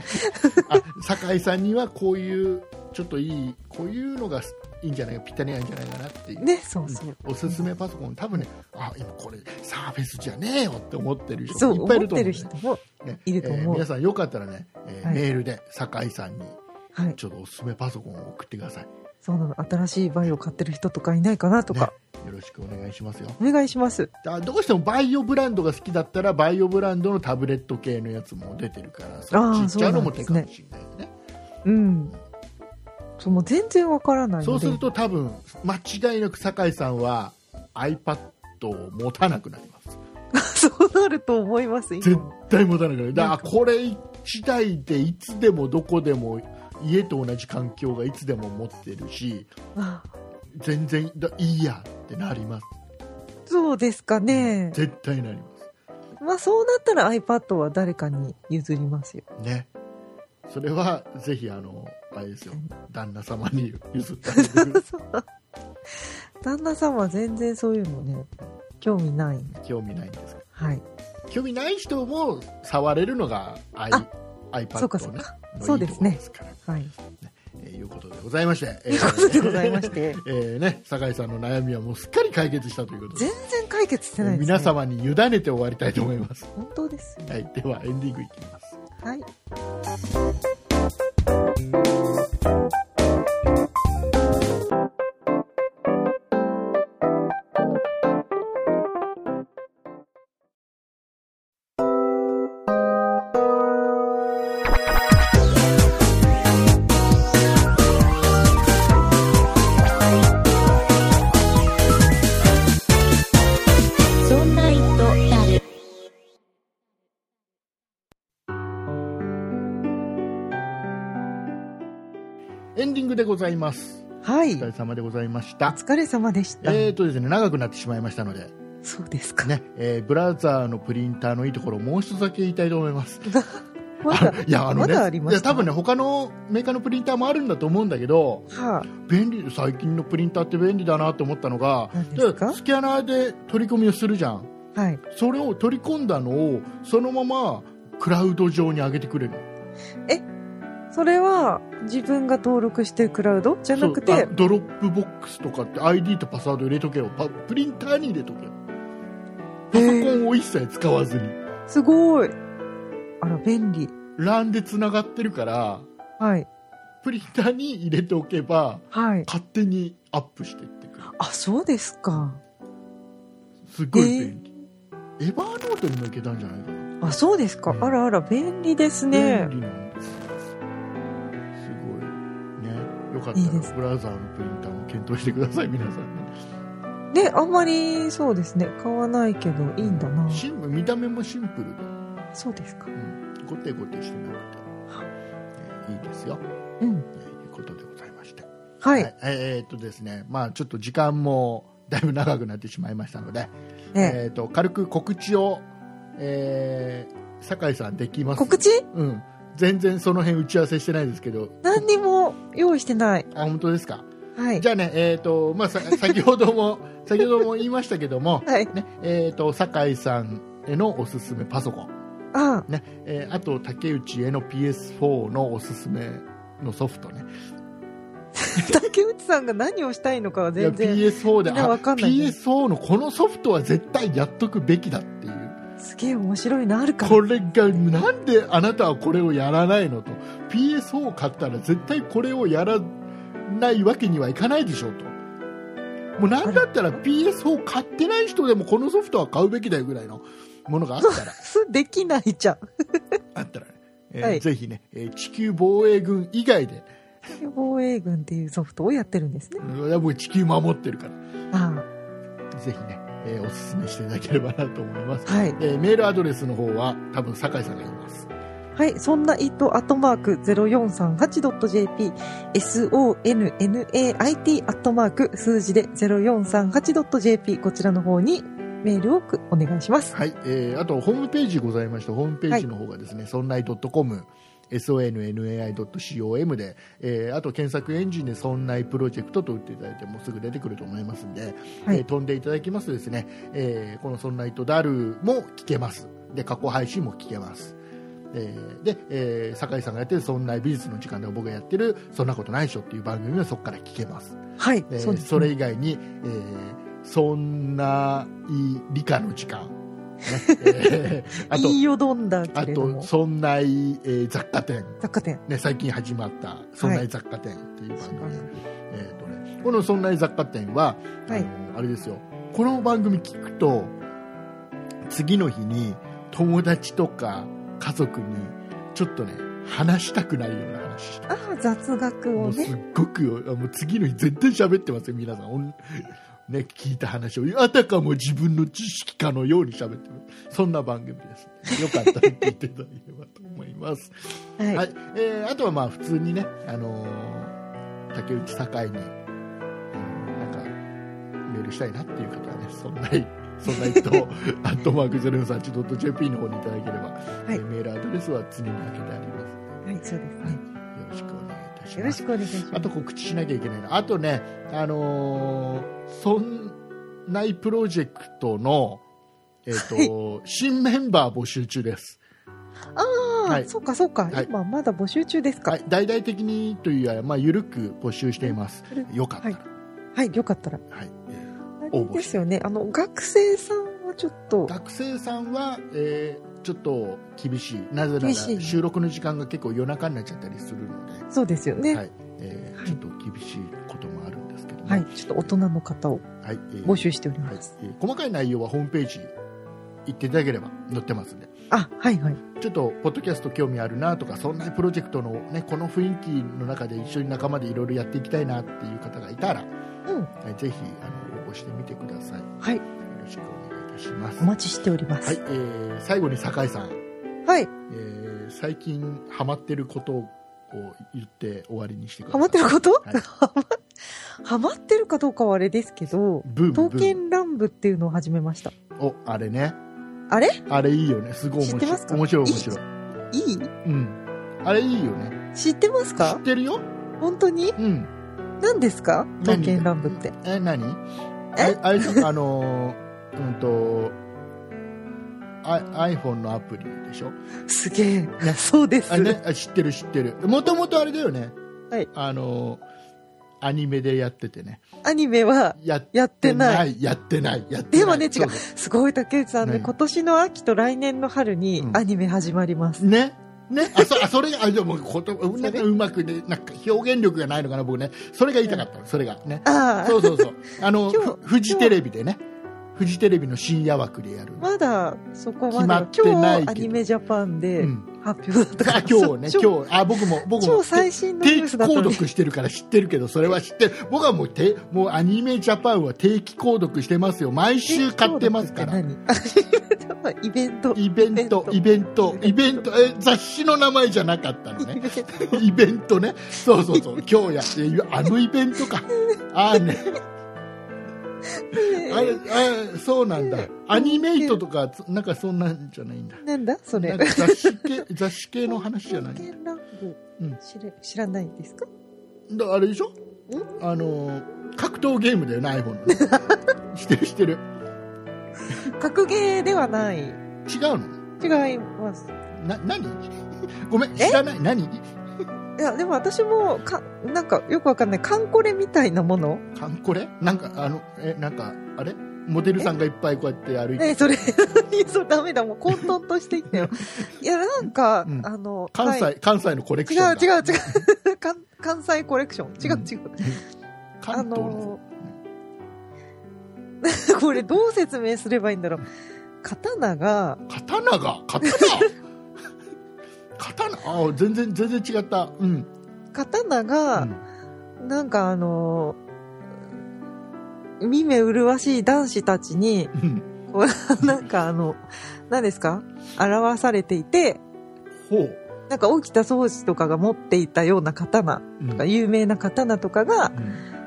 B: あ酒井さんにはこういうちょっといいこういうのがいいんじゃないかぴったりなんじゃないかなっていう、
C: ね、そうそう。
B: おすすめパソコン多分ねあ今これサーフェスじゃねえよって思ってる人
C: そ
B: もい
C: う、
B: っぱいいる
C: 思っ
B: と思うん
C: てる
B: で
C: 人も。
B: ね
C: いると思う
B: えー皆さんよかったらね、えー
C: はい
B: メールで酒井さんに
C: はい。
B: ちょっとおすすめパソコンを送ってください、
C: そうなの。新しいバイオ買ってる人とかいないかなとか。
B: ねよろしくお願いしますよ
C: お願いします。
B: あどうしてもバイオブランドが好きだったらバイオブランドのタブレット系のやつも出てるからそっち行っちゃうのも手かもしれないね
C: うん。そう、もう全然わからないので。
B: そうすると多分間違いなく酒井さんは iPad を持たなくなります
C: そうなると思います、
B: 絶
C: 今も。
B: 対持たなくなるだ
C: な
B: か
C: ん
B: ら
C: か
B: これ1台でいつでもどこでも家と同じ環境がいつでも持ってるし
C: あ
B: 全然だいいやってなります
C: そうですかね。
B: 絶対なります
C: まあそうなったら iPad は誰かに譲りますよ。
B: ねそれはぜひあのあれですよ旦那様に譲ってあげる
C: 旦那さんは全然そういうのね、興味ない。
B: 興味ないんですか
C: はい。
B: 興味ない人も触れるのが i
C: あ
B: iPad
C: そうかそう
B: のね
C: か。
B: のいい
C: そうですね
B: ところですから
C: はい。
B: えーいうことでございまして、えー
C: ということでございまして、
B: えーね、酒井さんの悩みはもうすっかり解決したということで
C: 全然解決してないです、ね。
B: 皆。様に委ねて終わりたいと思います、
C: 本当ですよ。
B: はい、ではエンディングいきます
C: はい。
A: そんな糸だる。
B: エンディングでございます
C: はい。
B: お疲れ様でございまし
C: お
B: た
C: 疲れ様でした。
B: えーとですね、長くなってしまいましたので、
C: そうですか。
B: ねえーブラザーのプリンターのいいところをもう一つだけ言いたいと思い ます。
C: まだ
B: いやあのね、
C: まだありま
B: い
C: す
B: や多分ね他のメーカーのプリンターもあるんだと思うんだけど
C: は
B: 便利最近のプリンターって便利だなと思ったのが
C: 何ですか
B: でスキャナーで取り込みをするじゃん
C: あ、はい。
B: それを取り込んだのをそのままクラウド上に上げてくれる
C: それは自分が登録してるクラウドじゃなく
B: そうあ
C: て、
B: ドロップボックスとかって ID とパスワード入れとけよパプリンターに入れとけよパソコンを一切使わずに
C: すごい。あら、便利。
B: LAN でつながってるから
C: はい。
B: プリンターに入れておけば
C: はい。
B: 勝手にアップしてってくる
C: あ、そうですか。
B: すごい便利、エバーノートにもいけたんじゃないかな
C: あ、そうですか。
B: ね
C: あらあら、便利ですね。
B: 便利なんですよすごいねよかった
C: いいで
B: ら
C: す
B: ブラウザーのプリンターも検討してください皆さんね
C: ね、あんまり、そうですね。買わないけど、いいんだな。
B: シンプル見た目もシンプルで、
C: そうですか
B: う。ん、ゴテゴテしてなくて、えいいですよ
C: うん
B: と。いうことでございまして
C: はい。
B: はい、えーえーっとですね、まあ、ちょっと時間もだいぶ長くなってしまいましたので、
C: ね、
B: えーっと軽く告知を、えー酒井さんできます
C: 告知
B: うん、全然その辺打ち合わせしてないですけど
C: 何にも用意してない。
B: あ本当ですか
C: はい
B: じ。ゃあね、えーっとまあ、 さ先ほども先ほども言いましたけども、
C: はい。
B: ねえーっと酒井さんへのおすすめパソコン
C: あ
B: ねえーあと竹内への PS4 のおすすめのソフトね
C: 竹内さんが何をしたいのかはい
B: や
C: 全然。
B: PS4 で
C: みんな
B: あ
C: わかんないね
B: PS4 のこのソフトは絶対やっとくべきだっていう
C: すげえ面白いのあるから。
B: これがなんであなたはこれをやらないのと PS4 を買ったら絶対これをやらないわけにはいかないでしょうともうなんだったら PS4 買ってない人でもこのソフトは買うべきだよぐらいのものがあった ら
C: できないじゃん。
B: あったらね、えー
C: はい
B: ぜひね、えー地球防衛軍以外で、
C: 防衛軍っていうソフトをやってるんですね。
B: うん、もう地球守ってるか
C: あ
B: らぜひね、えーおすすめしていただければなと思います
C: あはい。
B: えーメールアドレスの方は多分酒井さんが言います
C: はい。そんな it アットマーク 0438.jp sonnait アットマーク数字で 0438.jp こちらの方にメールをくお願いします。
B: はい、えーあとホームページございましてホームページの方がですね、そんない .com sonnai.com で、えーあと検索エンジンで「そんないプロジェクト」と打っていただいてもうすぐ出てくると思いますんで、
C: はい
B: えー飛んでいただきますとですね、えーこの「そんないとダル」も聞けますで過去配信も聞けますえーで、えー酒井さんがやってる「そんない美術の時間」で僕がやってる「そんなことないでしょ」っていう番組はそこから聞けます
C: はい。
B: えー
C: そ
B: そう
C: です、
B: れ以外に、えーそんない理科の時 間、ねえーあと
C: 言いよどんだ
B: あ
C: けれど
B: と
C: も。
B: そんない、えー雑貨店、
C: 雑貨店。
B: ね、最近始まった「そんない雑貨店」っていう番組、
C: はい
B: えーとね、この「そんない雑貨店は」
C: はい
B: あのあれですよこの番組聞くと次の日に友達とか家族にちょっとね話したくなるような話して
C: ああ、雑学
B: も
C: を
B: う
C: ね
B: す。っごくよ、あもう次の日絶対喋ってますよ、皆さん。おんね、聞いた話を、あたかも自分の知識かのように喋ってます。そんな番組です。よかったら聞いていただければと思います。
C: は。
B: はいい。えーあとはまあ、普通にね、あのー竹内堺に、あのなんか、メールしたいなっていう方はね、そんなに、そんな人アットマーク 0438.jp の方にいただければ、
C: い
B: えーメールアドレスは常に開けてありますの
C: はい、そうですね。
B: でよろしくお願いいたし
C: よ
B: ま
C: ろ
B: す
C: しくお願いします。
B: あと告知しなきゃいけないなあとねあのーそんないプロジェクトのえっ、と、新メンバー募集中です。
C: ああ、
B: はい
C: そうかそうか、
B: はい
C: 今まだ募集中ですか。
B: は
C: は
B: い、
C: い
B: 大々的にというよりは、まあ、緩く募集しています。よかったら。
C: よかったら。
B: はい
C: あれ
B: 応募して
C: ですよね。あの学生さんはちょっと、
B: 学生さんは、えーちょっと厳しいなぜな
C: 厳し
B: ら
C: い
B: 収録の時間が結構夜中になっちゃったりするので、
C: そうですよね。
B: は
C: はい
B: えー
C: はい
B: ちょっと厳しいこともあるんですけども
C: い、ちょっと大人の方を
B: はいえー
C: 募集しており
B: はい
C: ます。
B: えー細かい内容はホームページ行っていただければ載ってますんで
C: あ、はいはい。
B: ちょっとポッドキャスト興味あるなとかそんなプロジェクトの、ね、この雰囲気の中で一緒に仲間でいろいろやっていきたいなっていう方がいたら、
C: うん、
B: はいぜひあの応募してみてくださいよ
C: はい、
B: ろしくお願いいたします
C: お待ちしておりま
B: はい
C: す。
B: えー最後に酒井さん
C: はい、
B: えー最近ハマってることを言って終わりにしてくださ
C: ハ
B: い
C: マってること？
B: はい
C: ハマハマってるかどうかはあれですけど、
B: ブームブーム
C: 刀剣乱舞っていうのを始めました。
B: おあれね
C: あれ？
B: あれいいよねすごい面白い
C: 知ってますか
B: 面白い面白い
C: いい？
B: うんあれいいよね
C: 知ってます
B: 知
C: か
B: っ？てるよ
C: 本当に？
B: うん
C: 何ですか？刀
B: 何
C: 剣乱舞って。
B: え何
C: え
B: ああれじゃあのー うんとあ iPhone のアプリでしょ
C: すげえ。そうです。
B: あ、 ね、あ知ってる知ってるもともとあれだよね
C: はい
B: あのーアニメでやっててね
C: アニメは
B: やっ
C: やって
B: て
C: ない。
B: ないやってないやってない
C: でもね、違。
B: そうそ
C: すごい、竹内さんね、
B: 何
C: 今年の秋と来年の春に
B: うん
C: アニメ始まります。
B: ね。ね。あ、そ、あ、それが、あ、でも、 こと、なんかうまくね、なんか表現力がないのかな、僕ね。それが言いたかったの、それが。ね。
C: あ
B: そうそうそう。あの、
C: 今日
B: ふフジテレビでね。フジテレビの深夜枠でやる
C: あ、。まだそこ
B: 決ま
C: ま
B: っ
C: で。
B: てないけど
C: 今日、アニメジャパン
B: う
C: で
B: ん。
C: 発表だったから
B: あ、。今日ね、
C: そう超
B: 今日、あ、僕も、僕も
C: 超。最新のニュ
B: 定
C: ー
B: 期
C: スだった
B: 購
C: のに。
B: 読してるから知ってるけど、それは知ってる。僕はもう、て、もうアニメジャパンは定期購読してますよ。毎週買ってますから。
C: 定期購読って何 イベント。
B: イベント、イ
C: イ
B: ベント、イベント、え、雑誌の名前じゃなかったの ね。イベントね、そうそうそう、今日や、いやあのイベン トか、ああね、あれ、あれそうなんだ、アニメイトとか、なんかそんなんじゃないんだ、
C: なんだそ
B: な
C: れ
B: ん。か雑誌系雑誌系の話じゃない
C: 刀
B: ん
C: 剣乱舞
B: うん
C: 知れ知らないですか
B: だ、だあれでしょ、あの格闘ゲームだよね、iPhone の、してる、してる、
C: 格ゲーではない。
B: 違うの、
C: 違います。
B: な何 ごめん、知らない、何
C: いや、でも私も、か、なんかよくわかんない。カンコレみたいなもの
B: カンコレなんか、あの、え、なんか、あれモデルさんがいっぱいこうやって歩いて
C: ねえ、それ、 何それダメだ、もう混沌としてい ったよ。いや、なんか、
B: うん
C: あの、
B: 関西、
C: はい
B: 関西のコレクシ
C: 違
B: ョン
C: う
B: だ
C: 違う違う。 関関西コレクション。違う違う。あ
B: 関東の、
C: の、 これどう説明すればいいんだろう。刀が、
B: 刀が刀刀あー全然全然違ったうん、
C: 刀
B: う
C: が、
B: ん
C: なんかあの、見目麗しい男子たちに、
B: うん、
C: こう なんかあの、何ですか表されていて、
B: ほう、
C: なんか沖田総司とかが持っていたような刀
B: うん
C: とか、有名な刀とかが、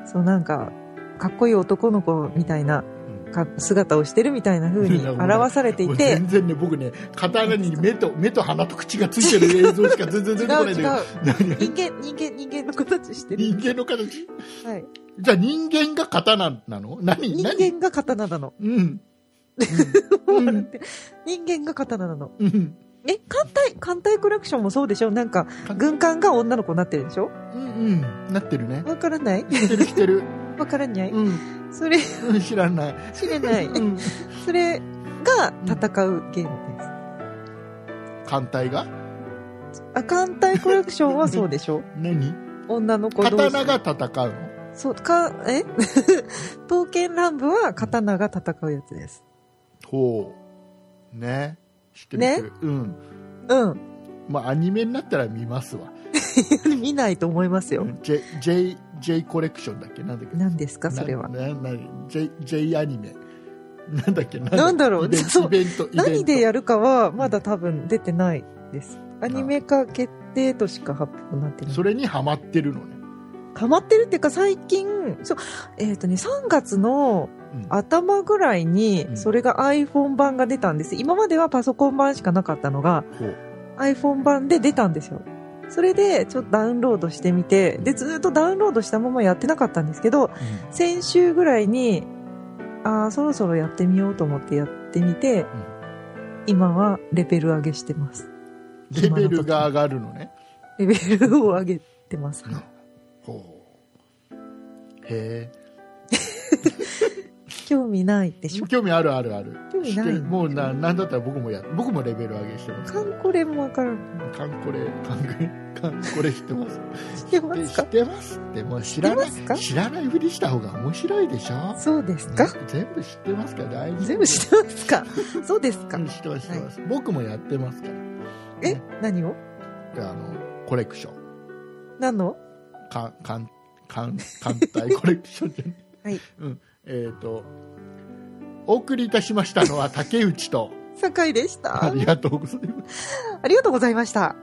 C: そうなんか、かっこいい男の子みたいな
B: う
C: か姿をしてるみたいな 風に表されて
B: んも
C: いうて
B: 全、然ね僕ね刀に目と目と鼻と口がついてる映像しか全然
C: 違
B: 出てこ
C: う
B: ないん
C: 違
B: だ
C: う。
B: けど何
C: 人間、人間、人間の形してる。
B: 人間の形
C: はい。
B: じゃあ人間が刀なの何
C: 人
B: 何
C: 間が刀なの。
B: うんう
C: 笑っ
B: ん
C: て人間が刀なの。
B: うん
C: え、艦隊、艦隊コレクションもそうでしょなんか、軍艦が女の子になってるでしょ
B: うんうんなってるね
C: わからない
B: してるして る
C: わからない
B: うん
C: それ、
B: うん知らない
C: 知れない。
B: うん
C: それが戦うゲームです。
B: 艦隊が
C: あ、艦隊コレクションはそうでしょ
B: 何
C: 女の子同士で
B: 刀が戦うの
C: そう、か、え 刀剣乱舞は刀が戦うやつです。
B: ほうね知ってる
C: ね
B: 知ってるうん
C: うん。
B: まあアニメになったら見ますわ
C: 見ないと思いますよ。
B: J, J, J コレクションだっけなんだっけ
C: 何ですかそれは。
B: ななな J, J アニメなんだっけなんだっけ
C: なんだろう
B: イベン
C: そう
B: イベントイベント
C: 何でやるかはまだ多分出てないです。アニメ化決定としか発表になってない。
B: それにハマってるのね
C: 溜まってるっていうか最近、そう、えっ、とね、3月の
B: うん
C: 頭ぐらいに
B: う、ん
C: それが iPhone 版が出たんです。今まではパソコン版しかなかったのが、
B: ほう
C: iPhone 版で出たんですよ。それで、ちょっとダウンロードしてみて、で、ずーっとダウンロードしたままやってなかったんですけど、先週ぐらいに、ああ、そろそろやってみようと思ってやってみて、今はレベル上げしてます。
B: レベルが上がるのね
C: レベルを上げてます。
B: ほうへ
C: 興味ないでしょ
B: え興味あるあるある
C: 興味ない
B: もうななんだったら僕もや僕もレベル上げしてます
C: カンコレもわからん。
B: カンコレカンコレカンコレ知って ます
C: 知ってま
B: です知
C: か
B: ってますってもう知
C: 知って
B: らな
C: ま
B: い
C: すか
B: 知らないふりした方が面白いでしょ
C: そうですか
B: 全部知ってますから大丈夫
C: 全部知ってますかそうですか
B: うん知ってます知ってます、僕もやってますから
C: え何を
B: あのコレクション
C: 何の
B: かかんかん艦隊コレクションじゃない、
C: はい
B: うん、えっ、とお送りいたしましたのは竹内と
C: 酒井でし
B: あ
C: た。
B: りがとうございます
C: ありがとうございました。